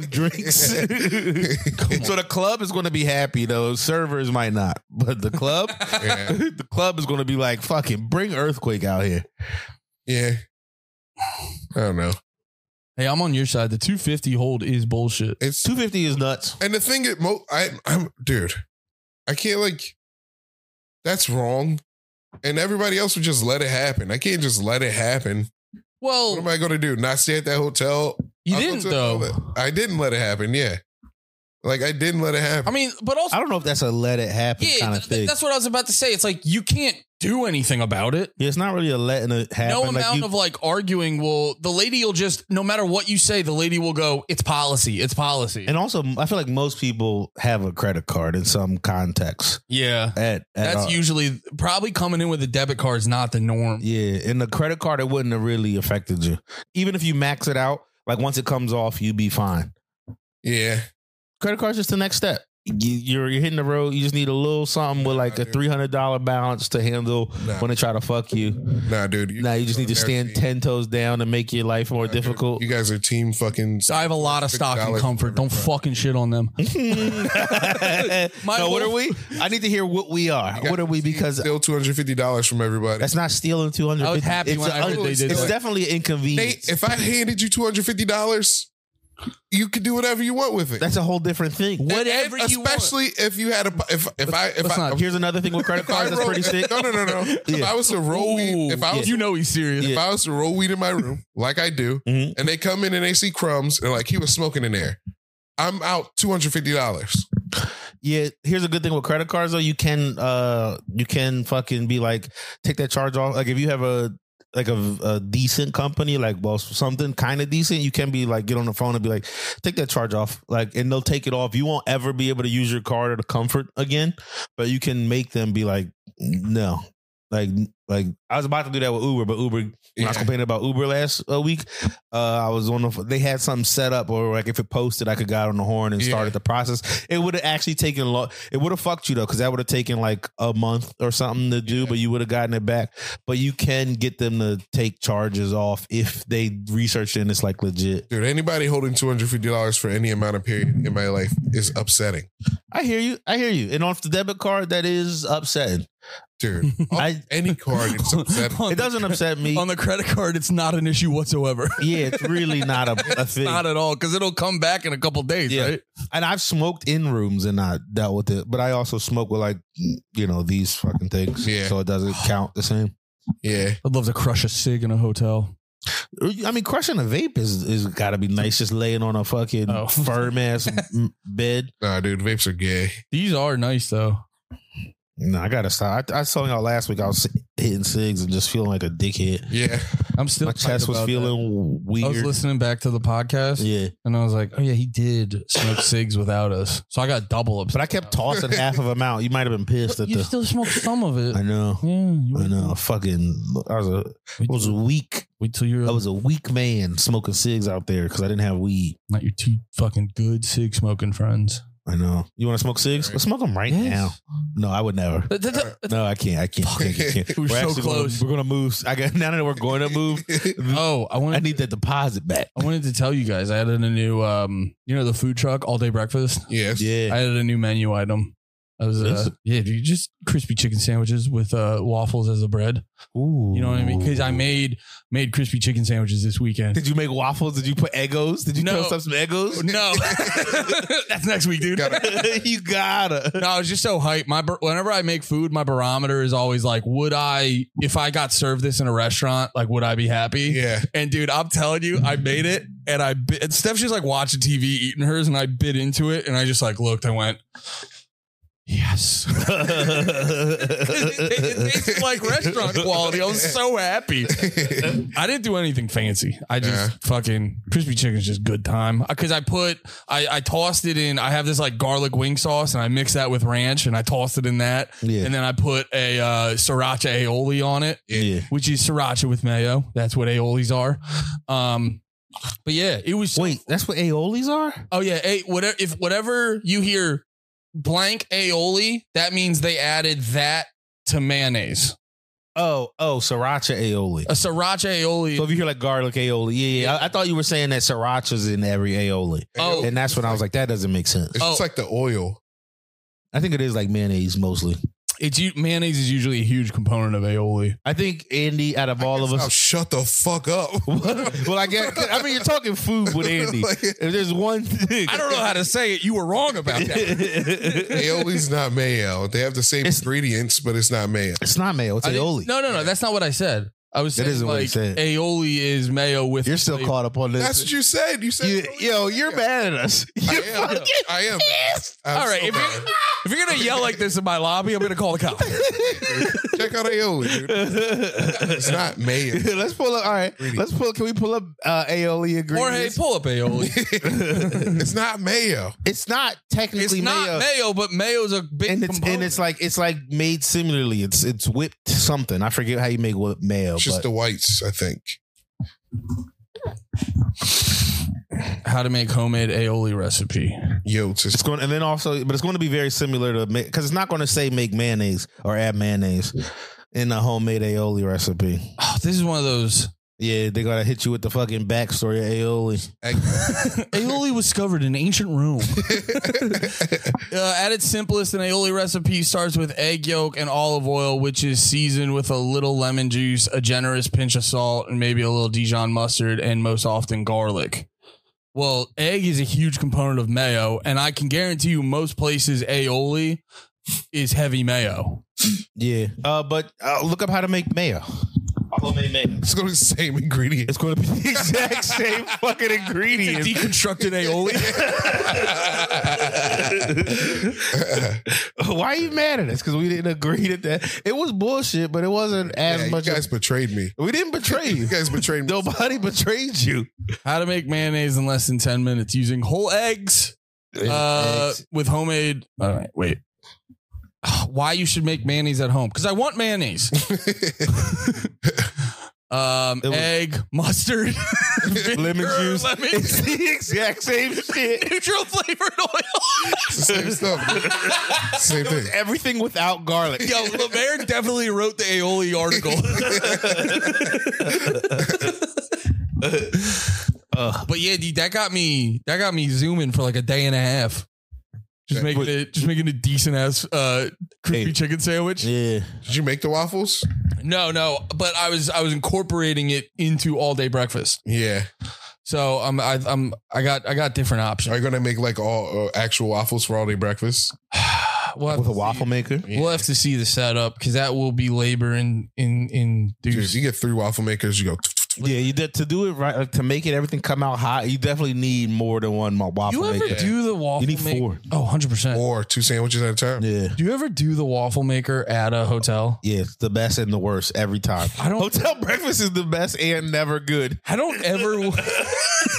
Speaker 5: drinks. so the club is gonna be happy though. Servers might not, but the club,
Speaker 4: Yeah.
Speaker 5: the club is gonna be like, fucking bring earthquake out here.
Speaker 4: Yeah. I don't know.
Speaker 3: Hey, I'm on your side. The 250 hold is bullshit.
Speaker 4: It's
Speaker 5: Two fifty is nuts.
Speaker 4: and the thing is, mo- I, I'm dude, I can't like. That's wrong, and everybody else would just let it happen. I can't just let it happen. What am
Speaker 3: Well,
Speaker 4: I going to do? Not stay at that hotel?
Speaker 3: you
Speaker 4: I'll go
Speaker 3: didn't
Speaker 4: to another-
Speaker 3: though.
Speaker 4: I didn't let it happen. Yeah, like I didn't let it happen.
Speaker 3: I mean, but also
Speaker 5: I don't know if that's a let it happen
Speaker 3: yeah,
Speaker 5: kind of
Speaker 3: th-
Speaker 5: thing.
Speaker 3: that's what I was about to say. It's like you can't do anything about it.
Speaker 5: yeah, it's not really a letting it happen.
Speaker 3: No
Speaker 5: Like,
Speaker 3: amount
Speaker 5: you-
Speaker 3: of like arguing will. The lady will just no matter what you say, the lady will go. It's policy. It's policy.
Speaker 5: and also, I feel like most people have a credit card in some context.
Speaker 3: yeah,
Speaker 5: At, at
Speaker 3: that's
Speaker 5: all.
Speaker 3: usually probably coming in with a debit card is not the norm.
Speaker 5: Yeah, and the credit card it wouldn't have really affected you, even if you max it out. Like once it comes off, you be fine.
Speaker 4: yeah,
Speaker 5: Credit card's just the next step. You, you're you're hitting the road. You just need a little something with like a
Speaker 4: dude.
Speaker 5: three hundred dollar balance to handle
Speaker 4: Nah.
Speaker 5: when they try to fuck you.
Speaker 4: nah, dude.
Speaker 5: Now you just need to stand ten toes down and make your life more difficult.
Speaker 4: You guys are team fucking.
Speaker 3: So I have a lot of stock and
Speaker 4: $50
Speaker 3: comfort. Don't fucking shit on them.
Speaker 5: no, what are we? I need to hear what we are. What are we? Because
Speaker 4: Still two hundred fifty dollars from everybody.
Speaker 5: that's not stealing two hundred.
Speaker 3: I was happy
Speaker 5: it's
Speaker 3: when I heard they did
Speaker 5: It's
Speaker 3: that.
Speaker 5: definitely an
Speaker 4: Nate,
Speaker 5: inconvenience.
Speaker 4: if I handed you two hundred fifty dollars, you could do whatever you want with it.
Speaker 5: that's a whole different thing. What?
Speaker 3: Whatever you want.
Speaker 4: especially if you had a if if I if
Speaker 3: Let's
Speaker 4: I,
Speaker 3: not-
Speaker 5: Here's another thing with credit
Speaker 4: if I
Speaker 5: cards that's
Speaker 4: roll-
Speaker 5: pretty sick.
Speaker 4: No, no, no, no. If
Speaker 5: Yeah.
Speaker 4: I was to roll weed, if I was
Speaker 3: you know he's serious.
Speaker 4: if I was to roll weed in my room like I do,
Speaker 5: Mhm.
Speaker 4: and they come in and they see crumbs and like he was smoking in there, I'm out two hundred fifty dollars.
Speaker 5: Yeah, here's a good thing with credit cards though. You can uh you can fucking be like take that charge off. Like if you have a like a, a decent company, like well something kind of decent, you can be like get on the phone and be like take that charge off. Like and they'll take it off. You won't ever be able to use your card or the comfort again, but you can make them be like no. Like like I was about to do that with Uber, but Uber when I was
Speaker 4: Yeah.
Speaker 5: complaining about Uber last uh, week, uh, I was on the they had something set up or like if it posted, I could got on the horn and
Speaker 4: Yeah.
Speaker 5: started the process. It would have actually taken a lot. It would have fucked you though, because that would have taken like a month or something to do, but you would have gotten it back. But you can get them to take charges off if they research it and it's like legit.
Speaker 4: Dude, anybody holding two hundred fifty dollars for any amount of period in my life is upsetting.
Speaker 5: I hear you. I hear you. And off the debit card, that is upsetting.
Speaker 4: dude.
Speaker 5: I-
Speaker 4: any card, it's upsetting.
Speaker 5: Oh. It doesn't upset me.
Speaker 3: on the credit card, it's not an issue whatsoever.
Speaker 5: yeah, it's really not a, a thing.
Speaker 3: not at all, because it'll come back in a couple days,
Speaker 5: Yeah.
Speaker 3: right?
Speaker 5: and I've smoked in rooms and not dealt with it, but I also smoke with like you know these fucking things,
Speaker 4: Yeah.
Speaker 5: so it doesn't count the same.
Speaker 4: Yeah,
Speaker 3: I'd love to crush a cig in a hotel.
Speaker 5: I mean, crushing a vape is is got to be nice, just laying on a fucking
Speaker 3: Oh.
Speaker 5: firm ass bed.
Speaker 4: nah, dude, vapes are gay.
Speaker 3: These are nice though.
Speaker 5: No, I gotta stop. I, I saw y'all last week. I was hitting cigs and just feeling like a dickhead.
Speaker 4: Yeah,
Speaker 3: I'm still
Speaker 5: My
Speaker 3: tight
Speaker 5: chest was
Speaker 3: about that. I
Speaker 5: feeling
Speaker 3: was
Speaker 5: weird.
Speaker 3: listening back to the podcast
Speaker 5: Yeah,
Speaker 3: and I was like, oh yeah, he did smoke cigs without us. So I got double up.
Speaker 5: but I kept tossing half of them out. You might have been pissed at
Speaker 3: you
Speaker 5: the.
Speaker 3: still smoked some of
Speaker 5: I
Speaker 3: it.
Speaker 5: know.
Speaker 3: Yeah, you
Speaker 5: I know. Fucking. I was a. I
Speaker 3: Wait,
Speaker 5: was a weak.
Speaker 3: wait till you're
Speaker 5: I was a weak man smoking cigs out there because I didn't have weed.
Speaker 3: not your two fucking good cig smoking friends.
Speaker 5: I know. You want to smoke cigs? Let's smoke them right
Speaker 3: Yes.
Speaker 5: now. No, I would never.
Speaker 3: That- that- that-
Speaker 5: No, I can't. I can't. I can't, I can't.
Speaker 3: We're so
Speaker 5: actually gonna-
Speaker 3: close.
Speaker 5: we're gonna move. I got now that we're going to move.
Speaker 3: oh, I
Speaker 5: I
Speaker 3: wanted
Speaker 5: need that deposit back.
Speaker 3: I wanted to tell you guys I added a new um you know the food truck all day breakfast.
Speaker 4: yes.
Speaker 5: Yeah.
Speaker 3: I added a new menu item. I was
Speaker 5: Is
Speaker 3: uh,
Speaker 5: it?
Speaker 3: yeah, dude, just crispy chicken sandwiches with uh, waffles as a bread.
Speaker 5: Ooh.
Speaker 3: You know what I mean? Because I made made crispy chicken sandwiches this weekend.
Speaker 5: Did you make waffles? Did you put egos? Did you
Speaker 3: No.
Speaker 5: toast up some egos?
Speaker 3: No, that's next week, dude.
Speaker 5: you gotta.
Speaker 3: No, I was just so hyped. My bar- whenever I make food, my barometer is always like, would I if I got served this in a restaurant, like would I be happy?
Speaker 4: Yeah,
Speaker 3: And dude, I'm telling you, I made it, and I bit, and Steph she's like watching TV, eating hers, and I bit into it, and I just like looked and went, yes. it, it tasted like restaurant quality. I was so happy. I didn't do anything fancy. I just
Speaker 4: Yeah.
Speaker 3: fucking crispy chicken's just good time because I put I I tossed it in. I have this like garlic wing sauce and I mixed that with ranch and I tossed it in that
Speaker 5: Yeah.
Speaker 3: and then I put a uh, sriracha aioli on it,
Speaker 5: yeah.
Speaker 3: which is sriracha with mayo. That's what aiolis are. Um, but yeah, it was
Speaker 5: Wait, that's what aiolis are?
Speaker 3: Oh yeah, a whatever. If whatever you hear blank aioli, that means they added that to mayonnaise.
Speaker 5: Oh, oh, sriracha aioli.
Speaker 3: A sriracha aioli.
Speaker 5: So if you hear like garlic aioli, yeah, yeah. I, I thought you were saying that sriracha's in every aioli,
Speaker 3: oh,
Speaker 5: and that's when I was like, that doesn't make sense.
Speaker 4: it's just
Speaker 3: Oh.
Speaker 4: like the oil.
Speaker 5: I think it is like mayonnaise mostly.
Speaker 3: it's u- mayonnaise is usually a huge component of aioli.
Speaker 5: I think Andy, out of all of
Speaker 4: Oh,
Speaker 5: us,
Speaker 4: shut the fuck up.
Speaker 5: well, I guess I mean you're talking food with Andy.
Speaker 4: Like,
Speaker 5: If there's one thing,
Speaker 3: I don't know how to say it. You were wrong about that.
Speaker 4: aioli's not mayo. They have the same
Speaker 5: It's-
Speaker 4: ingredients, but it's not mayo.
Speaker 5: it's not mayo. It's
Speaker 3: I didn't-
Speaker 5: aioli.
Speaker 3: No, no, no. That's not what I said. I was
Speaker 5: That
Speaker 3: saying
Speaker 5: isn't
Speaker 3: like
Speaker 5: what he said.
Speaker 3: aioli is mayo with.
Speaker 5: You're still
Speaker 3: flavor.
Speaker 5: caught up on this.
Speaker 4: That's what you said. You said
Speaker 5: You- yo, you're mad at us.
Speaker 4: I
Speaker 5: You
Speaker 4: am.
Speaker 5: fucking-
Speaker 4: I am. I'm
Speaker 3: All right,
Speaker 4: so
Speaker 3: if
Speaker 4: mad.
Speaker 3: you're, if you're gonna yell like this in my lobby, I'm gonna call the cops.
Speaker 4: Check out aioli, dude. It's not mayo.
Speaker 5: let's pull up. All right,
Speaker 4: Really?
Speaker 5: let's pull. Can we pull up uh, aioli
Speaker 3: Or hey,
Speaker 5: ingredients?
Speaker 3: pull up aioli.
Speaker 4: it's not mayo.
Speaker 5: it's not technically
Speaker 3: It's
Speaker 5: mayo.
Speaker 3: not mayo, but mayo's a big
Speaker 5: and it's and it's
Speaker 3: component.
Speaker 5: like it's like made similarly. It's it's whipped something. I forget how you make whipped mayo.
Speaker 4: It's just
Speaker 5: but
Speaker 4: the whites, I think.
Speaker 3: how to make homemade aioli recipe.
Speaker 4: Yo, it's
Speaker 5: it's
Speaker 4: just
Speaker 5: going and then also, but it's going to be very similar to because it's not going to say make mayonnaise or add mayonnaise in a homemade aioli recipe.
Speaker 3: Oh, this is one of those.
Speaker 5: Yeah, they gotta hit you with the fucking backstory of aioli.
Speaker 4: egg.
Speaker 3: Aioli was discovered in ancient Rome. Uh, at its simplest, an aioli recipe starts with egg yolk and olive oil, which is seasoned with a little lemon juice, a generous pinch of salt, and maybe a little Dijon mustard, and most often garlic. Well, egg is a huge component of mayo, and I can guarantee you most places aioli is heavy mayo.
Speaker 5: Yeah, uh, but uh, look up how to make mayo. Homemade mayo.
Speaker 4: it's going to be the same ingredient.
Speaker 5: It's going to be the exact same fucking ingredient.
Speaker 3: Deconstructed aioli.
Speaker 5: Why are you mad at us? Because we didn't agree that that it was bullshit, but it wasn't as
Speaker 4: Yeah, you
Speaker 5: much.
Speaker 4: guys
Speaker 5: as,
Speaker 4: betrayed me.
Speaker 5: we didn't betray you.
Speaker 4: You guys betrayed me.
Speaker 5: Nobody betrayed you.
Speaker 3: How to make mayonnaise in less than 10 minutes using whole eggs, uh,
Speaker 5: Eggs.
Speaker 3: with homemade. All right, wait. Why you should make mayonnaise at home? Because I want mayonnaise. Um,
Speaker 5: was-
Speaker 3: egg, mustard,
Speaker 5: Lemon
Speaker 3: vinegar,
Speaker 5: juice.
Speaker 3: lemon,
Speaker 5: It's the exact same shit.
Speaker 3: neutral flavored oil.
Speaker 4: It's the same stuff. dude. same
Speaker 5: It was
Speaker 4: thing.
Speaker 5: everything without garlic.
Speaker 3: Yo, Lemaire definitely wrote the aioli article.
Speaker 5: Uh,
Speaker 3: but yeah, dude, that got me. That got me zooming for like a day and a half. Just making it, just making a decent ass uh, crispy
Speaker 5: Hey.
Speaker 3: chicken sandwich.
Speaker 5: Yeah.
Speaker 4: Did you make the waffles?
Speaker 3: No, no, but I was I was incorporating it into all day breakfast.
Speaker 4: Yeah.
Speaker 3: So I'm I, I'm I got I got different options.
Speaker 4: Are you gonna make like all uh, actual waffles for all day breakfast?
Speaker 3: We'll have
Speaker 5: With a
Speaker 3: to see-
Speaker 5: waffle maker.
Speaker 3: We'll have to see the setup because that will be labor in in in
Speaker 4: Dude, you get three waffle makers. You go.
Speaker 5: Yeah, you de- to do it right like, to make it everything come out hot. You definitely need more than one mo- waffle
Speaker 3: You ever
Speaker 5: maker.
Speaker 3: do the waffle?
Speaker 5: You need
Speaker 3: make-
Speaker 5: four.
Speaker 3: Oh, 100 percent.
Speaker 4: Or two sandwiches at a time.
Speaker 5: Yeah,
Speaker 3: Do you ever do the waffle maker at a hotel?
Speaker 5: yeah, it's the best and the worst every time.
Speaker 3: I don't-
Speaker 5: Hotel breakfast is the best and never good.
Speaker 3: I don't ever.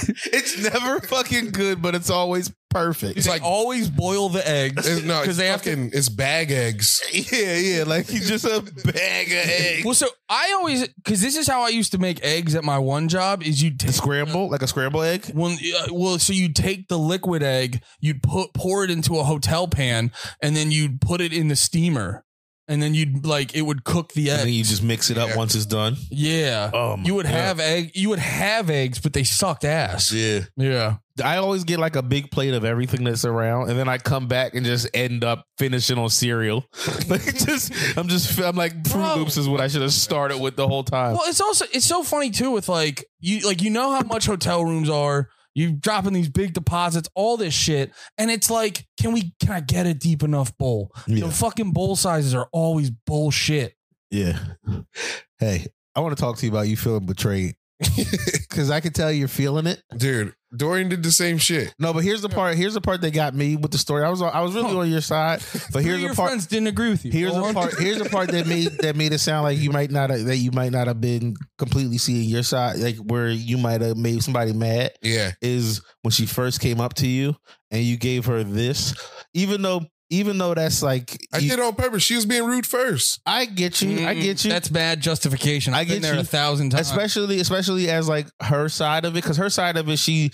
Speaker 5: It's never fucking good, but it's always perfect.
Speaker 3: it's like always boil the eggs
Speaker 4: It's, no,
Speaker 3: because
Speaker 4: because
Speaker 3: they have to.
Speaker 4: fucking, it's bag eggs.
Speaker 5: yeah, yeah, like you just a bag of eggs.
Speaker 3: Well, so I always because this is how I used to make eggs at my one job is you
Speaker 5: A
Speaker 3: take
Speaker 5: scramble, like a scramble egg.
Speaker 3: Well, uh, well, so you take the liquid egg, you'd put pour it into a hotel pan, and then you'd put it in the steamer, and then you'd like it would cook the
Speaker 5: And then
Speaker 3: egg.
Speaker 5: you just mix it up
Speaker 4: Yeah.
Speaker 5: once it's done.
Speaker 3: yeah,
Speaker 5: Oh my
Speaker 3: you would have egg. You would have eggs, but they sucked ass.
Speaker 5: Yeah.
Speaker 3: Yeah,
Speaker 5: I always get like a big plate of everything that's around, and then I come back and just end up finishing on cereal. like just, I'm just, I'm like Fruit
Speaker 3: Bro.
Speaker 5: Loops is what I should have started with the whole time.
Speaker 3: Well, it's also it's so funny too with like you like you know how much hotel rooms are. You dropping these big deposits, all this shit, and it's like, can we can I get a deep enough bowl?
Speaker 5: Yeah.
Speaker 3: The fucking bowl sizes are always bullshit.
Speaker 5: Yeah. Hey, I want to talk to you about you feeling betrayed because I can tell you're feeling it.
Speaker 4: Dude, Dorian did the same shit.
Speaker 5: No, but here's the part. Here's the part that got me with the story. I was, I was really on your side, but
Speaker 3: Three of
Speaker 5: here's
Speaker 3: your
Speaker 5: the part.
Speaker 3: friends didn't agree with you.
Speaker 5: Here's
Speaker 3: Go
Speaker 5: the
Speaker 3: on.
Speaker 5: part. Here's the part that made that made it sound like you might not that you might not have been completely seeing your side, like where you might have made somebody mad.
Speaker 4: Yeah.
Speaker 5: is when she first came up to you and you gave her this, even though even though that's like
Speaker 4: I
Speaker 5: you-
Speaker 4: did on purpose. She was being rude first.
Speaker 5: I get you, I get you.
Speaker 3: That's bad justification. I've
Speaker 5: I
Speaker 3: been
Speaker 5: get
Speaker 3: there
Speaker 5: you.
Speaker 3: a thousand times.
Speaker 5: especially especially as like her side of it, because her side of it, she.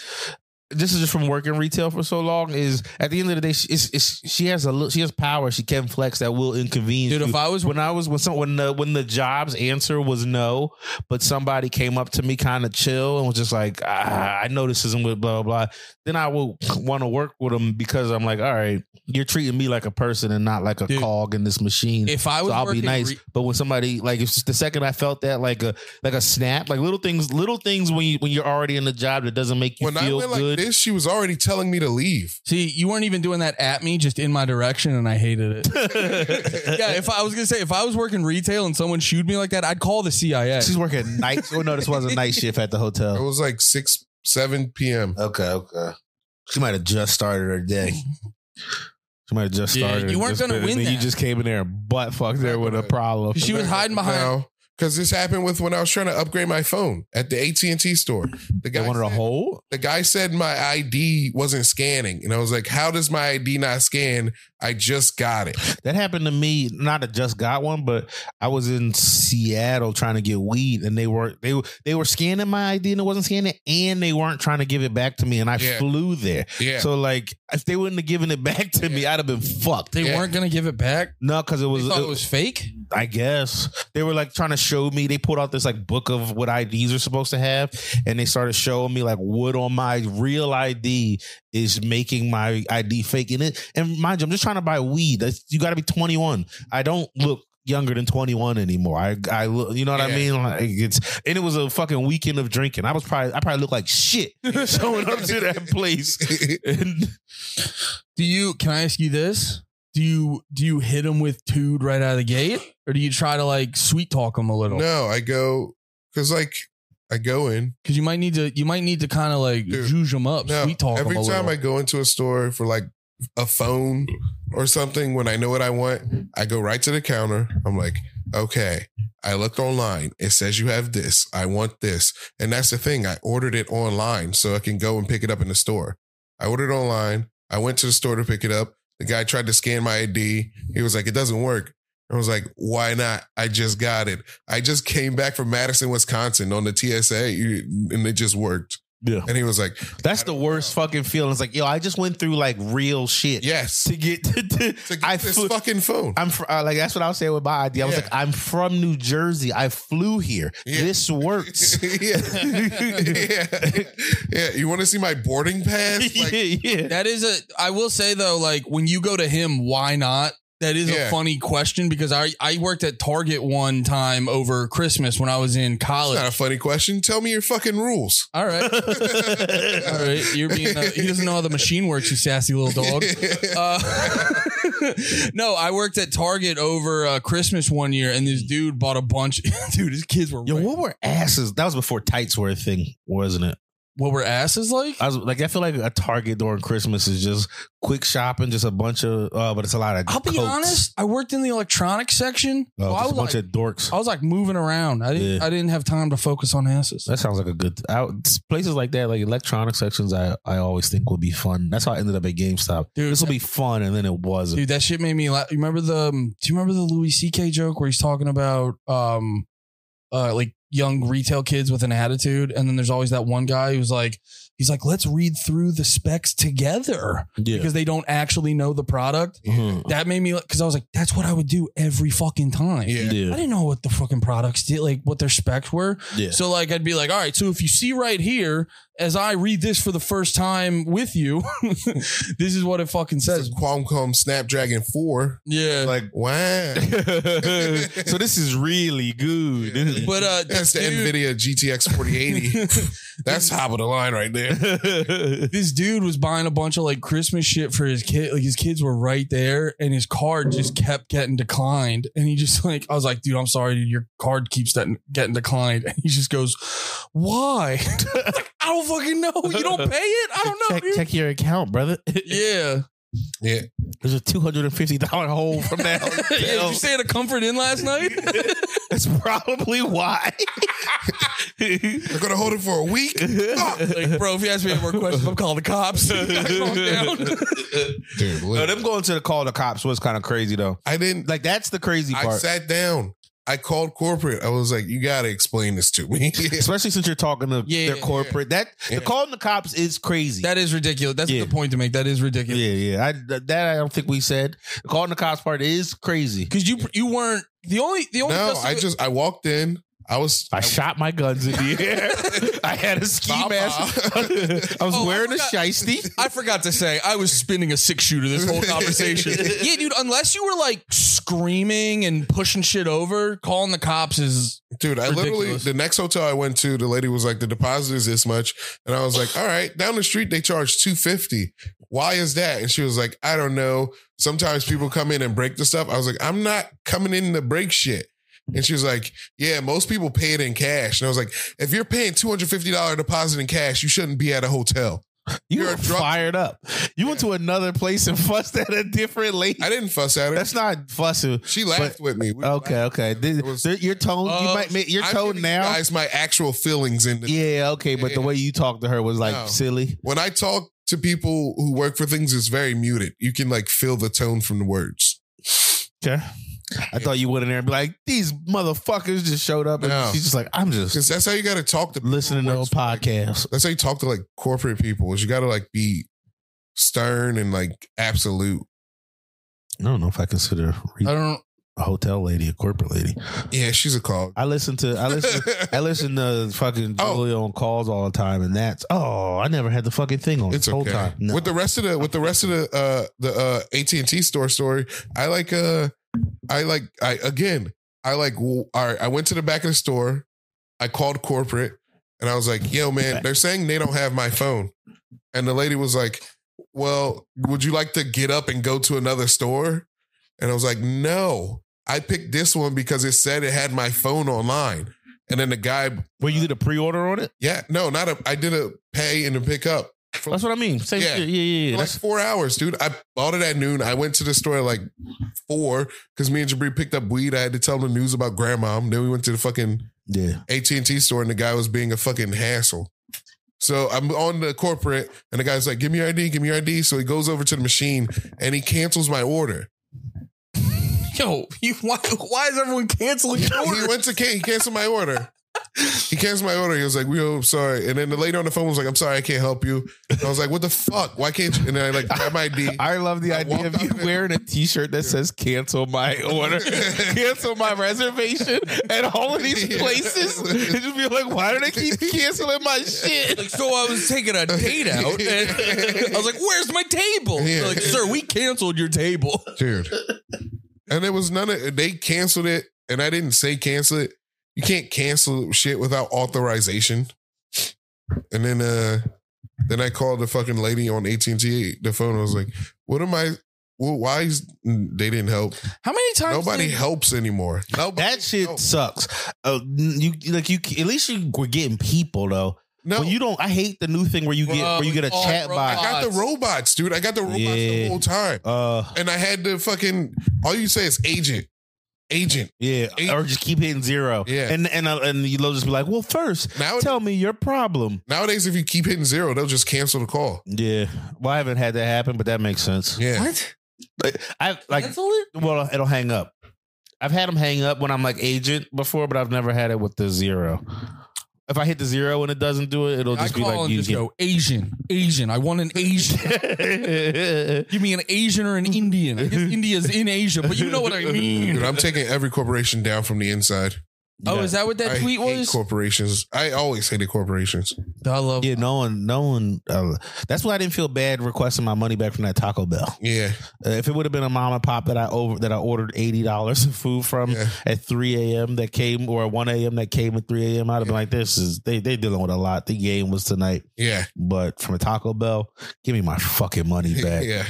Speaker 5: This is just from working retail for so long. Is at the end of the day, she, it's, it's, she has a little, she has power. She can flex that will inconvenience.
Speaker 3: Dude,
Speaker 5: you.
Speaker 3: if I was-
Speaker 5: when I was when some when the when the job's answer was no, but somebody came up to me kind of chill and was just like, ah, I know this isn't with blah blah. blah. Then I will want to work with them because I'm like, all right, you're treating me like a person and not like a
Speaker 3: Dude.
Speaker 5: cog in this machine
Speaker 3: if I was
Speaker 5: so I'll be
Speaker 3: working
Speaker 5: nice.
Speaker 3: re-
Speaker 5: but when somebody like if the second I felt that like a like a snap, like little things, little things when you when you're already in the job that doesn't make you
Speaker 4: When I
Speaker 5: feel
Speaker 4: went like
Speaker 5: good.
Speaker 4: this, she was already telling me to leave.
Speaker 3: see, you weren't even doing that at me, just in my direction, and I hated it. yeah, if I was gonna say if I was working retail and someone shooed me like that, I'd call the CIA.
Speaker 5: She's working night. Oh no, this was a night shift at the
Speaker 4: It
Speaker 5: hotel.
Speaker 4: was like 6, 7 p.m.
Speaker 5: Okay, okay. She might have just started her day. She might have just
Speaker 3: Yeah,
Speaker 5: started.
Speaker 3: you
Speaker 5: it
Speaker 3: weren't
Speaker 5: just
Speaker 3: gonna
Speaker 5: bit, and
Speaker 3: win
Speaker 5: then You
Speaker 3: that.
Speaker 5: just came in there and butt fucked her with a problem.
Speaker 3: She was hiding behind.
Speaker 4: Because this happened with when I was trying to upgrade my phone at the AT&T store. The
Speaker 5: They
Speaker 4: guy,
Speaker 5: wanted a
Speaker 4: said-
Speaker 5: hole.
Speaker 4: the guy said my ID wasn't scanning. And I was like, how does my ID not scan? I just got it.
Speaker 5: That happened to me. Not a just got one, but I was in Seattle trying to get weed, and they were they were- they were scanning my ID and it wasn't scanning, and they weren't trying to give it back to me, and I
Speaker 4: Yeah.
Speaker 5: flew there.
Speaker 4: Yeah.
Speaker 5: So like, if they wouldn't have given it back to me, I'd have been fucked.
Speaker 3: They
Speaker 4: Yeah.
Speaker 3: weren't gonna give it back.
Speaker 5: No, because it
Speaker 3: They
Speaker 5: was,
Speaker 3: thought
Speaker 5: it-
Speaker 3: it was fake.
Speaker 5: I guess they were like trying to show me. They pulled out this like book of what IDs are supposed to have, and they started showing me like what on my real ID is making my ID fake in it. And mind you, I'm just trying to buy weed. That's, you got to be 21. I don't look younger than 21 anymore. I I look, you know what I
Speaker 4: Yeah.
Speaker 5: mean? Like it's and it was a fucking weekend of drinking. I was probably I probably looked like shit showing up to that place. And
Speaker 3: Do you? Can I ask you this? Do you do you hit them with dude right out of the gate, or do you try to like sweet talk them a little?
Speaker 4: No, I go, because like, I go in.
Speaker 3: Because you might need to you might need to kind of like
Speaker 4: Dude,
Speaker 3: juice them up,
Speaker 4: No,
Speaker 3: sweet talk them
Speaker 4: every
Speaker 3: a
Speaker 4: time
Speaker 3: little.
Speaker 4: I go into a store for like a phone or something, when I know what I want, I go right to the counter. I'm like, okay, I looked online. It says you have this. I want this, and that's the thing. I ordered it online so I can go and pick it up in the store. I ordered online. I went to the store to pick it up. The guy tried to scan my ID. He was like, it doesn't work. I was like, why not? I just got it. I just came back from Madison, Wisconsin on the TSA, and it just worked.
Speaker 5: Yeah.
Speaker 4: And he was like,
Speaker 5: That's the worst fucking feeling. It's like, yo, I just went through like real shit.
Speaker 4: yes,
Speaker 5: To get to, to-
Speaker 4: to get
Speaker 5: I
Speaker 4: this
Speaker 5: flew,
Speaker 4: fucking phone.
Speaker 5: I'm fr- uh, like that's what I was saying with my idea. I was
Speaker 4: Yeah.
Speaker 5: like, I'm from New Jersey. I flew here.
Speaker 4: Yeah.
Speaker 5: This works.
Speaker 4: yeah. yeah. Yeah. You want to see my boarding pass? Like,
Speaker 5: yeah, yeah.
Speaker 3: That is a. I will say though, like when you go to him, why not? That is
Speaker 4: Yeah.
Speaker 3: a funny question because I I worked at Target one time over Christmas when I was in college.
Speaker 4: not a funny question. Tell me your fucking rules.
Speaker 3: All right, all right. You're being. A, he doesn't know how the machine works. You sassy little dog. Uh, no, I worked at Target over uh, Christmas one year, and this dude bought a bunch. dude, his kids were
Speaker 5: Yo,
Speaker 3: wet.
Speaker 5: what were asses? That was before tights were a thing, wasn't it?
Speaker 3: what were asses like?
Speaker 5: I was like, I feel like a Target during Christmas is just quick shopping, just a bunch of, uh, but it's a lot of.
Speaker 3: I'll be
Speaker 5: coats.
Speaker 3: honest. I worked in the electronics section.
Speaker 5: Uh,
Speaker 3: so I
Speaker 5: just a
Speaker 3: was
Speaker 5: bunch
Speaker 3: like,
Speaker 5: of dorks.
Speaker 3: I was like moving around. I didn't.
Speaker 5: Yeah.
Speaker 3: I didn't have time to focus on asses.
Speaker 5: That sounds like a good I, places like that, like electronic sections. I, I always think would be fun. That's how I ended up at GameStop.
Speaker 3: Dude,
Speaker 5: This will be fun, and then it wasn't.
Speaker 3: Dude, that shit made me laugh. You remember the? um, Do you remember the Louis C.K. joke where he's talking about um, uh, like young retail kids with an attitude, and then there's always that one guy who's like, he's like, let's read through the specs together
Speaker 5: yeah,
Speaker 3: because they don't actually know the product.
Speaker 5: Mhm.
Speaker 3: That made me because I was like, that's what I would do every fucking time.
Speaker 4: Yeah.
Speaker 3: I
Speaker 5: yeah,
Speaker 3: didn't know what the fucking products did, like what their specs were.
Speaker 5: yeah.
Speaker 3: So like I'd be like, all right, so if you see right here, as I read this for the first time with you, this is what it fucking
Speaker 4: Says
Speaker 3: says.
Speaker 4: Qualcomm Snapdragon 4.
Speaker 3: Yeah.
Speaker 4: Like, wow.
Speaker 5: so this is really good.
Speaker 3: but uh
Speaker 4: That's the
Speaker 3: this dude-
Speaker 4: NVIDIA GTX 4080. That's top of the line right there.
Speaker 3: this dude was buying a bunch of like Christmas shit for his kid. Like his kids were right there, and his card just kept getting declined. And he just like, I was like, dude, I'm sorry, dude, your card keeps that getting declined. And he just goes, why? like, I don't fucking know. You don't pay it. I don't know,
Speaker 5: check,
Speaker 3: dude.
Speaker 5: check your account, brother.
Speaker 3: Yeah.
Speaker 5: There's a two hundred and fifty dollar hole from that.
Speaker 3: yeah. Did
Speaker 5: hotel.
Speaker 3: you stay at a Comfort Inn last night?
Speaker 5: That's probably why.
Speaker 4: They're going to hold it for a week. Fuck.
Speaker 3: like, bro, if you ask me any more questions, I'm calling the cops.
Speaker 4: Dude,
Speaker 5: No, them going to the call the cops was kind of crazy though.
Speaker 4: I didn't.
Speaker 5: Like that's the crazy
Speaker 4: I
Speaker 5: part.
Speaker 4: sat down. I called corporate. I was like, you got to explain this to me.
Speaker 5: Especially since you're talking to
Speaker 3: Yeah,
Speaker 5: their
Speaker 3: yeah,
Speaker 5: corporate. That
Speaker 4: Yeah.
Speaker 5: the calling the cops is crazy.
Speaker 3: that is ridiculous. That's
Speaker 5: Yeah.
Speaker 3: the point to make. That is ridiculous.
Speaker 5: yeah, yeah. I, th- that I don't think we said. The calling the cops part is crazy.
Speaker 3: Cause you you weren't the only the only
Speaker 4: no,
Speaker 3: justification-
Speaker 4: I just, I walked in. I was,
Speaker 5: I shot my guns in the air. I had a ski
Speaker 4: Baba.
Speaker 5: mask. I was
Speaker 3: Oh, I
Speaker 5: wearing a
Speaker 3: forgot.
Speaker 5: shiesty.
Speaker 3: I forgot to say I was spinning a six shooter this whole conversation. yeah, dude. Unless you were like screaming and pushing shit over, calling the cops is
Speaker 4: Dude, I literally
Speaker 3: Ridiculous.
Speaker 4: the next hotel I went to, the lady was like, "The deposit is this much," and I was like, "All right." Down the street, they charge two fifty. Why is that? And she was like, "I don't know. Sometimes people come in and break the stuff." I was like, "I'm not coming in to break shit." And she was like, "Yeah, most people pay it in cash." And I was like, "If you're paying two hundred fifty dollar deposit in cash, you shouldn't be at a hotel."
Speaker 5: You
Speaker 4: You're
Speaker 5: were
Speaker 4: a drunk-
Speaker 5: fired up. You went to another place and fussed at a different lady.
Speaker 4: I didn't fuss at her.
Speaker 5: That's not fussing.
Speaker 4: she laughed with me. We-
Speaker 5: Okay, okay. Th-
Speaker 4: It was- Uh,
Speaker 5: th- your tone, you
Speaker 3: Oh,
Speaker 5: might make your
Speaker 4: I'm
Speaker 5: tone
Speaker 4: giving you
Speaker 5: now.
Speaker 4: guys, my actual feelings in the
Speaker 5: Yeah, okay. But the
Speaker 4: Yeah.
Speaker 5: way you talked to her was like
Speaker 4: No.
Speaker 5: silly.
Speaker 4: when I talk to people who work for things, it's very muted. You can like feel the tone from the words.
Speaker 5: Okay. I thought you went in there and be like, these motherfuckers just showed up. And
Speaker 4: No.
Speaker 5: she's just like, I'm just
Speaker 4: Because that's how you got to talk to.
Speaker 5: listening to a podcast.
Speaker 4: That's how you talk to like corporate people. Is you got to like be stern and like absolute.
Speaker 5: I don't know if I consider re-
Speaker 3: I don't.
Speaker 5: a hotel lady a corporate lady.
Speaker 4: Yeah, she's a cog.
Speaker 5: I listen to, I listen. I listen to fucking
Speaker 4: Oh.
Speaker 5: Julia on calls all the time, and that's oh, I never had the fucking thing on
Speaker 4: it's
Speaker 5: this whole
Speaker 4: okay.
Speaker 5: time. No.
Speaker 4: With the rest of the with the rest of the uh the uh AT and T store story, I like uh I like I again I like w- all right. I went to the back of the store. I called corporate and I was like, "Yo, man, they're saying they don't have my phone." And the lady was like, "Well, would you like to get up and go to another store?" And I was like, "No, I picked this one because it said it had my phone online." And then the guy,
Speaker 5: Where you did a pre-order on it?
Speaker 4: yeah, no, not a. I did a pay and a pick up.
Speaker 5: That's what I mean. Same
Speaker 4: Yeah.
Speaker 5: shit. Yeah, yeah, yeah.
Speaker 4: For like
Speaker 5: That's,
Speaker 4: four hours, dude. I bought it at noon. I went to the store at like four because me and Jabri picked up weed. I had to tell them the news about grandmom. Then we went to the fucking
Speaker 5: yeah.
Speaker 4: AT and T store, and the guy was being a fucking hassle. So I'm on the corporate, and the guy's like, "Give me your ID, give me your ID." So he goes over to the machine, and he cancels my order.
Speaker 3: Yo, you, why why is everyone canceling your
Speaker 4: He
Speaker 3: order?
Speaker 4: went to can- he canceled my order. He canceled my order. He was like, "We, oh, I'm sorry." And then the lady on the phone was like, "I'm sorry, I can't help you." And I was like, "What the fuck? Why can't you?" And then I like grabbed my ID.
Speaker 5: I love the
Speaker 4: I
Speaker 5: idea
Speaker 4: walked
Speaker 5: of you
Speaker 4: up and-
Speaker 5: wearing a T-shirt that says "Cancel my order, cancel my reservation" at all of these
Speaker 4: Yeah.
Speaker 5: places, and just be like, "Why do they keep canceling my shit?"
Speaker 3: So I was taking a date out, and I was like, "Where's my table?" They're
Speaker 4: Yeah.
Speaker 3: Like, sir, we canceled your table.
Speaker 4: dude. And it was none of they canceled it, and I didn't say cancel it. You can't cancel shit without authorization. And then, uh then I called the fucking lady on AT and T the phone. I was like, "What am I? Well, why is they didn't help?
Speaker 3: How many times?
Speaker 4: Nobody
Speaker 3: did-
Speaker 4: helps anymore. Nobody.
Speaker 5: That shit
Speaker 4: helps.
Speaker 5: sucks. Uh, you like you at least you were getting people though.
Speaker 4: No,
Speaker 5: When you don't, I hate the new thing where you get
Speaker 3: Bro,
Speaker 5: where you get a
Speaker 3: it's all
Speaker 5: chat
Speaker 4: I
Speaker 5: bot.
Speaker 3: robots.
Speaker 4: got the robots, dude. I got the robots
Speaker 5: Yeah.
Speaker 4: the whole time,
Speaker 5: Uh,
Speaker 4: and I had to fucking. All you say is agent, agent.
Speaker 5: yeah,
Speaker 4: Eight-
Speaker 5: or just keep hitting zero.
Speaker 4: Yeah.
Speaker 5: and and uh, and you'll just be like, "Well, first,
Speaker 4: Now
Speaker 5: tell me your problem."
Speaker 4: nowadays, if you keep hitting zero, they'll just cancel the call.
Speaker 5: Yeah, well, I haven't had that happen, but that makes sense.
Speaker 4: Yeah.
Speaker 3: What?
Speaker 5: I like
Speaker 3: Cancel it?
Speaker 5: Well, it'll hang up. I've had them hang up when I'm like agent before, but I've never had it with the zero. If I hit the zero and it doesn't do it, it'll
Speaker 3: I
Speaker 5: just be
Speaker 3: call
Speaker 5: like
Speaker 3: and
Speaker 5: you
Speaker 3: just go Asian, Asian. I want an Asian.
Speaker 5: get.
Speaker 3: Give me an Asian or an Indian. I guess India's in Asia, but you know what I mean.
Speaker 4: Dude, I'm taking every corporation down from the inside.
Speaker 3: Oh, is that what that
Speaker 4: I
Speaker 3: tweet
Speaker 4: hate
Speaker 3: was?
Speaker 4: corporations. I always hated corporations.
Speaker 3: I love.
Speaker 5: Yeah, no one, no one. Uh, that's why I didn't feel bad requesting my money back from that Taco Bell.
Speaker 4: Yeah,
Speaker 5: Uh, if it would have been a mom and pop that I over that I ordered eighty dollars of food from
Speaker 4: Yeah.
Speaker 5: at three a.m. that came or one a.m. that came at three a.m. I'd have been like, this is they they dealing with a lot. The game was tonight,
Speaker 4: yeah,
Speaker 5: but from a Taco Bell, give me my fucking money back.
Speaker 4: yeah.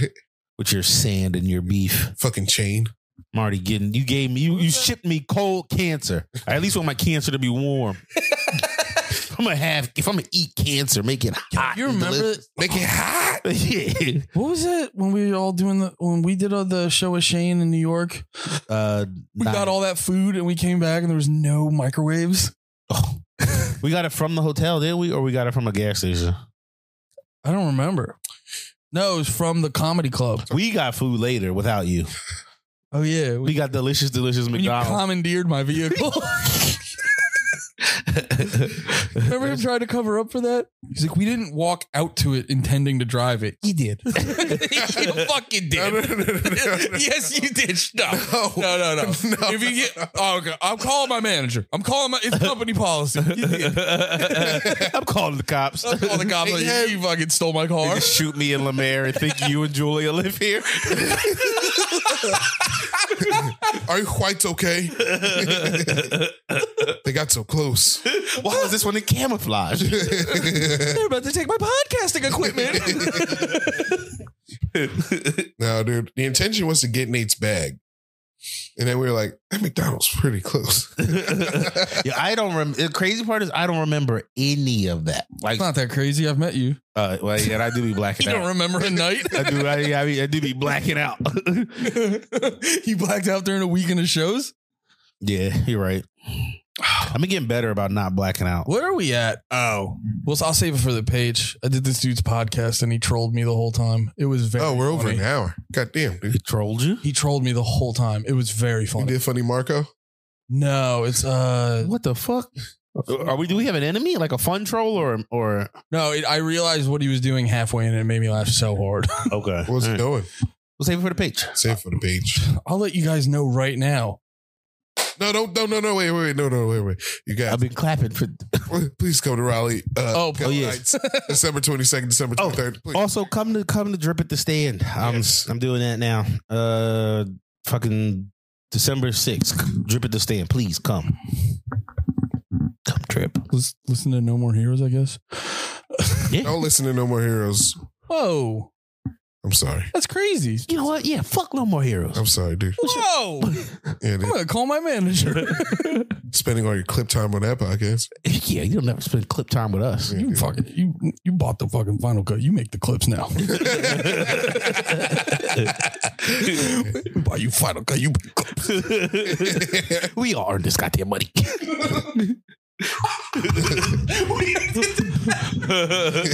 Speaker 5: with your sand and your beef.
Speaker 4: Fucking chain.
Speaker 5: I'm already getting you gave me you, you shipped me cold cancer. I at least want my cancer to be warm. if I'm gonna have if I'm gonna eat cancer, make it hot.
Speaker 3: You
Speaker 5: and
Speaker 3: remember?
Speaker 4: Make it hot.
Speaker 5: delicious. yeah.
Speaker 3: What was it when we were all doing the when we did all the show with Shane in New York?
Speaker 5: Uh,
Speaker 3: We
Speaker 5: nine-
Speaker 3: got all that food and we came back and there was no microwaves.
Speaker 5: Oh. we got it from the hotel, didn't we? Or we got it from a gas station?
Speaker 3: I don't remember. No, it was from the comedy club.
Speaker 5: We got food later without you.
Speaker 3: Oh yeah,
Speaker 5: We got delicious, delicious
Speaker 3: when you
Speaker 5: McDonald's.
Speaker 3: commandeered my vehicle. Remember him trying to cover up for that? He's like, we didn't walk out to it intending to drive it. He did. you fucking
Speaker 4: No, no, no, no, no, no.
Speaker 3: yes, you did. No, no, no, no.
Speaker 4: No.
Speaker 3: If you get, oh, okay. I'm calling my manager. I'm calling my. It's company policy. You did.
Speaker 5: I'm calling the cops.
Speaker 3: I'm calling the cop. Like, you fucking stole my
Speaker 5: They
Speaker 3: car.
Speaker 5: just shoot me in Lemaire and think you and Julia live here.
Speaker 4: Are you whites okay? they got so close.
Speaker 5: Why was this one in camouflage?
Speaker 3: They're about to take my podcasting equipment.
Speaker 4: No, dude. The intention was to get Nate's bag. And then we were like, that McDonald's pretty close.
Speaker 5: yeah, I don't remember. The crazy part is I don't remember any of that. Like,
Speaker 3: It's not that crazy. I've met you.
Speaker 5: uh, well, yeah, I do be blacking
Speaker 3: You don't
Speaker 5: out.
Speaker 3: remember a night?
Speaker 5: I do, I, I, be- I do be blacking out.
Speaker 3: you blacked out during a weekend of shows.
Speaker 5: yeah, you're right. I'm getting better about not blacking out.
Speaker 3: Where are we at? Oh, well, I'll save it for the page. I did this dude's podcast and he trolled me the whole time. It was very.
Speaker 4: oh, we're over
Speaker 3: funny.
Speaker 4: an hour. God damn, dude.
Speaker 5: Trolled you?
Speaker 3: He trolled me the whole time. It was very
Speaker 4: You
Speaker 3: funny.
Speaker 4: did funny Marco?
Speaker 3: No, it's uh,
Speaker 5: What the fuck? Uh, Are we? Do we have an enemy? Like a fun troll or or?
Speaker 3: no. It, I realized what he was doing halfway and it made me laugh so hard.
Speaker 5: Okay,
Speaker 4: What was he
Speaker 5: All
Speaker 4: doing?
Speaker 5: right. we'll save it for the page.
Speaker 4: Save for the page.
Speaker 3: I'll let you guys know right now.
Speaker 4: No, no, no, no, no, wait, wait, wait, no, no, wait, wait. You got
Speaker 5: I've been clapping for.
Speaker 4: Please come to Raleigh. Uh,
Speaker 3: Oh,
Speaker 4: Pale
Speaker 5: oh, yeah.
Speaker 4: Lights, December 22nd, December
Speaker 5: Oh,
Speaker 4: 23rd. Please.
Speaker 5: Also, come to come to drip at the stand. I'm
Speaker 4: Yes.
Speaker 5: I'm doing that now. Uh, fucking December sixth. Drip at the stand. Please come. Come drip.
Speaker 3: Let's listen to No More Heroes, I guess.
Speaker 5: Oh.
Speaker 4: Don't listen to No More Heroes.
Speaker 3: Whoa,
Speaker 4: I'm sorry.
Speaker 3: that's crazy.
Speaker 5: You know what? Yeah. Fuck no more heroes.
Speaker 4: I'm sorry, dude.
Speaker 3: Whoa,
Speaker 4: Yeah,
Speaker 3: I'm
Speaker 4: dude.
Speaker 3: gonna call my manager.
Speaker 4: Spending all your clip time on that podcast.
Speaker 5: yeah, you'll never spend clip time with us.
Speaker 4: Yeah,
Speaker 3: You
Speaker 4: dude.
Speaker 3: fucking you you bought the fucking final cut. You make the clips now. Buy you final cut. You make clips.
Speaker 5: we all earned this goddamn money.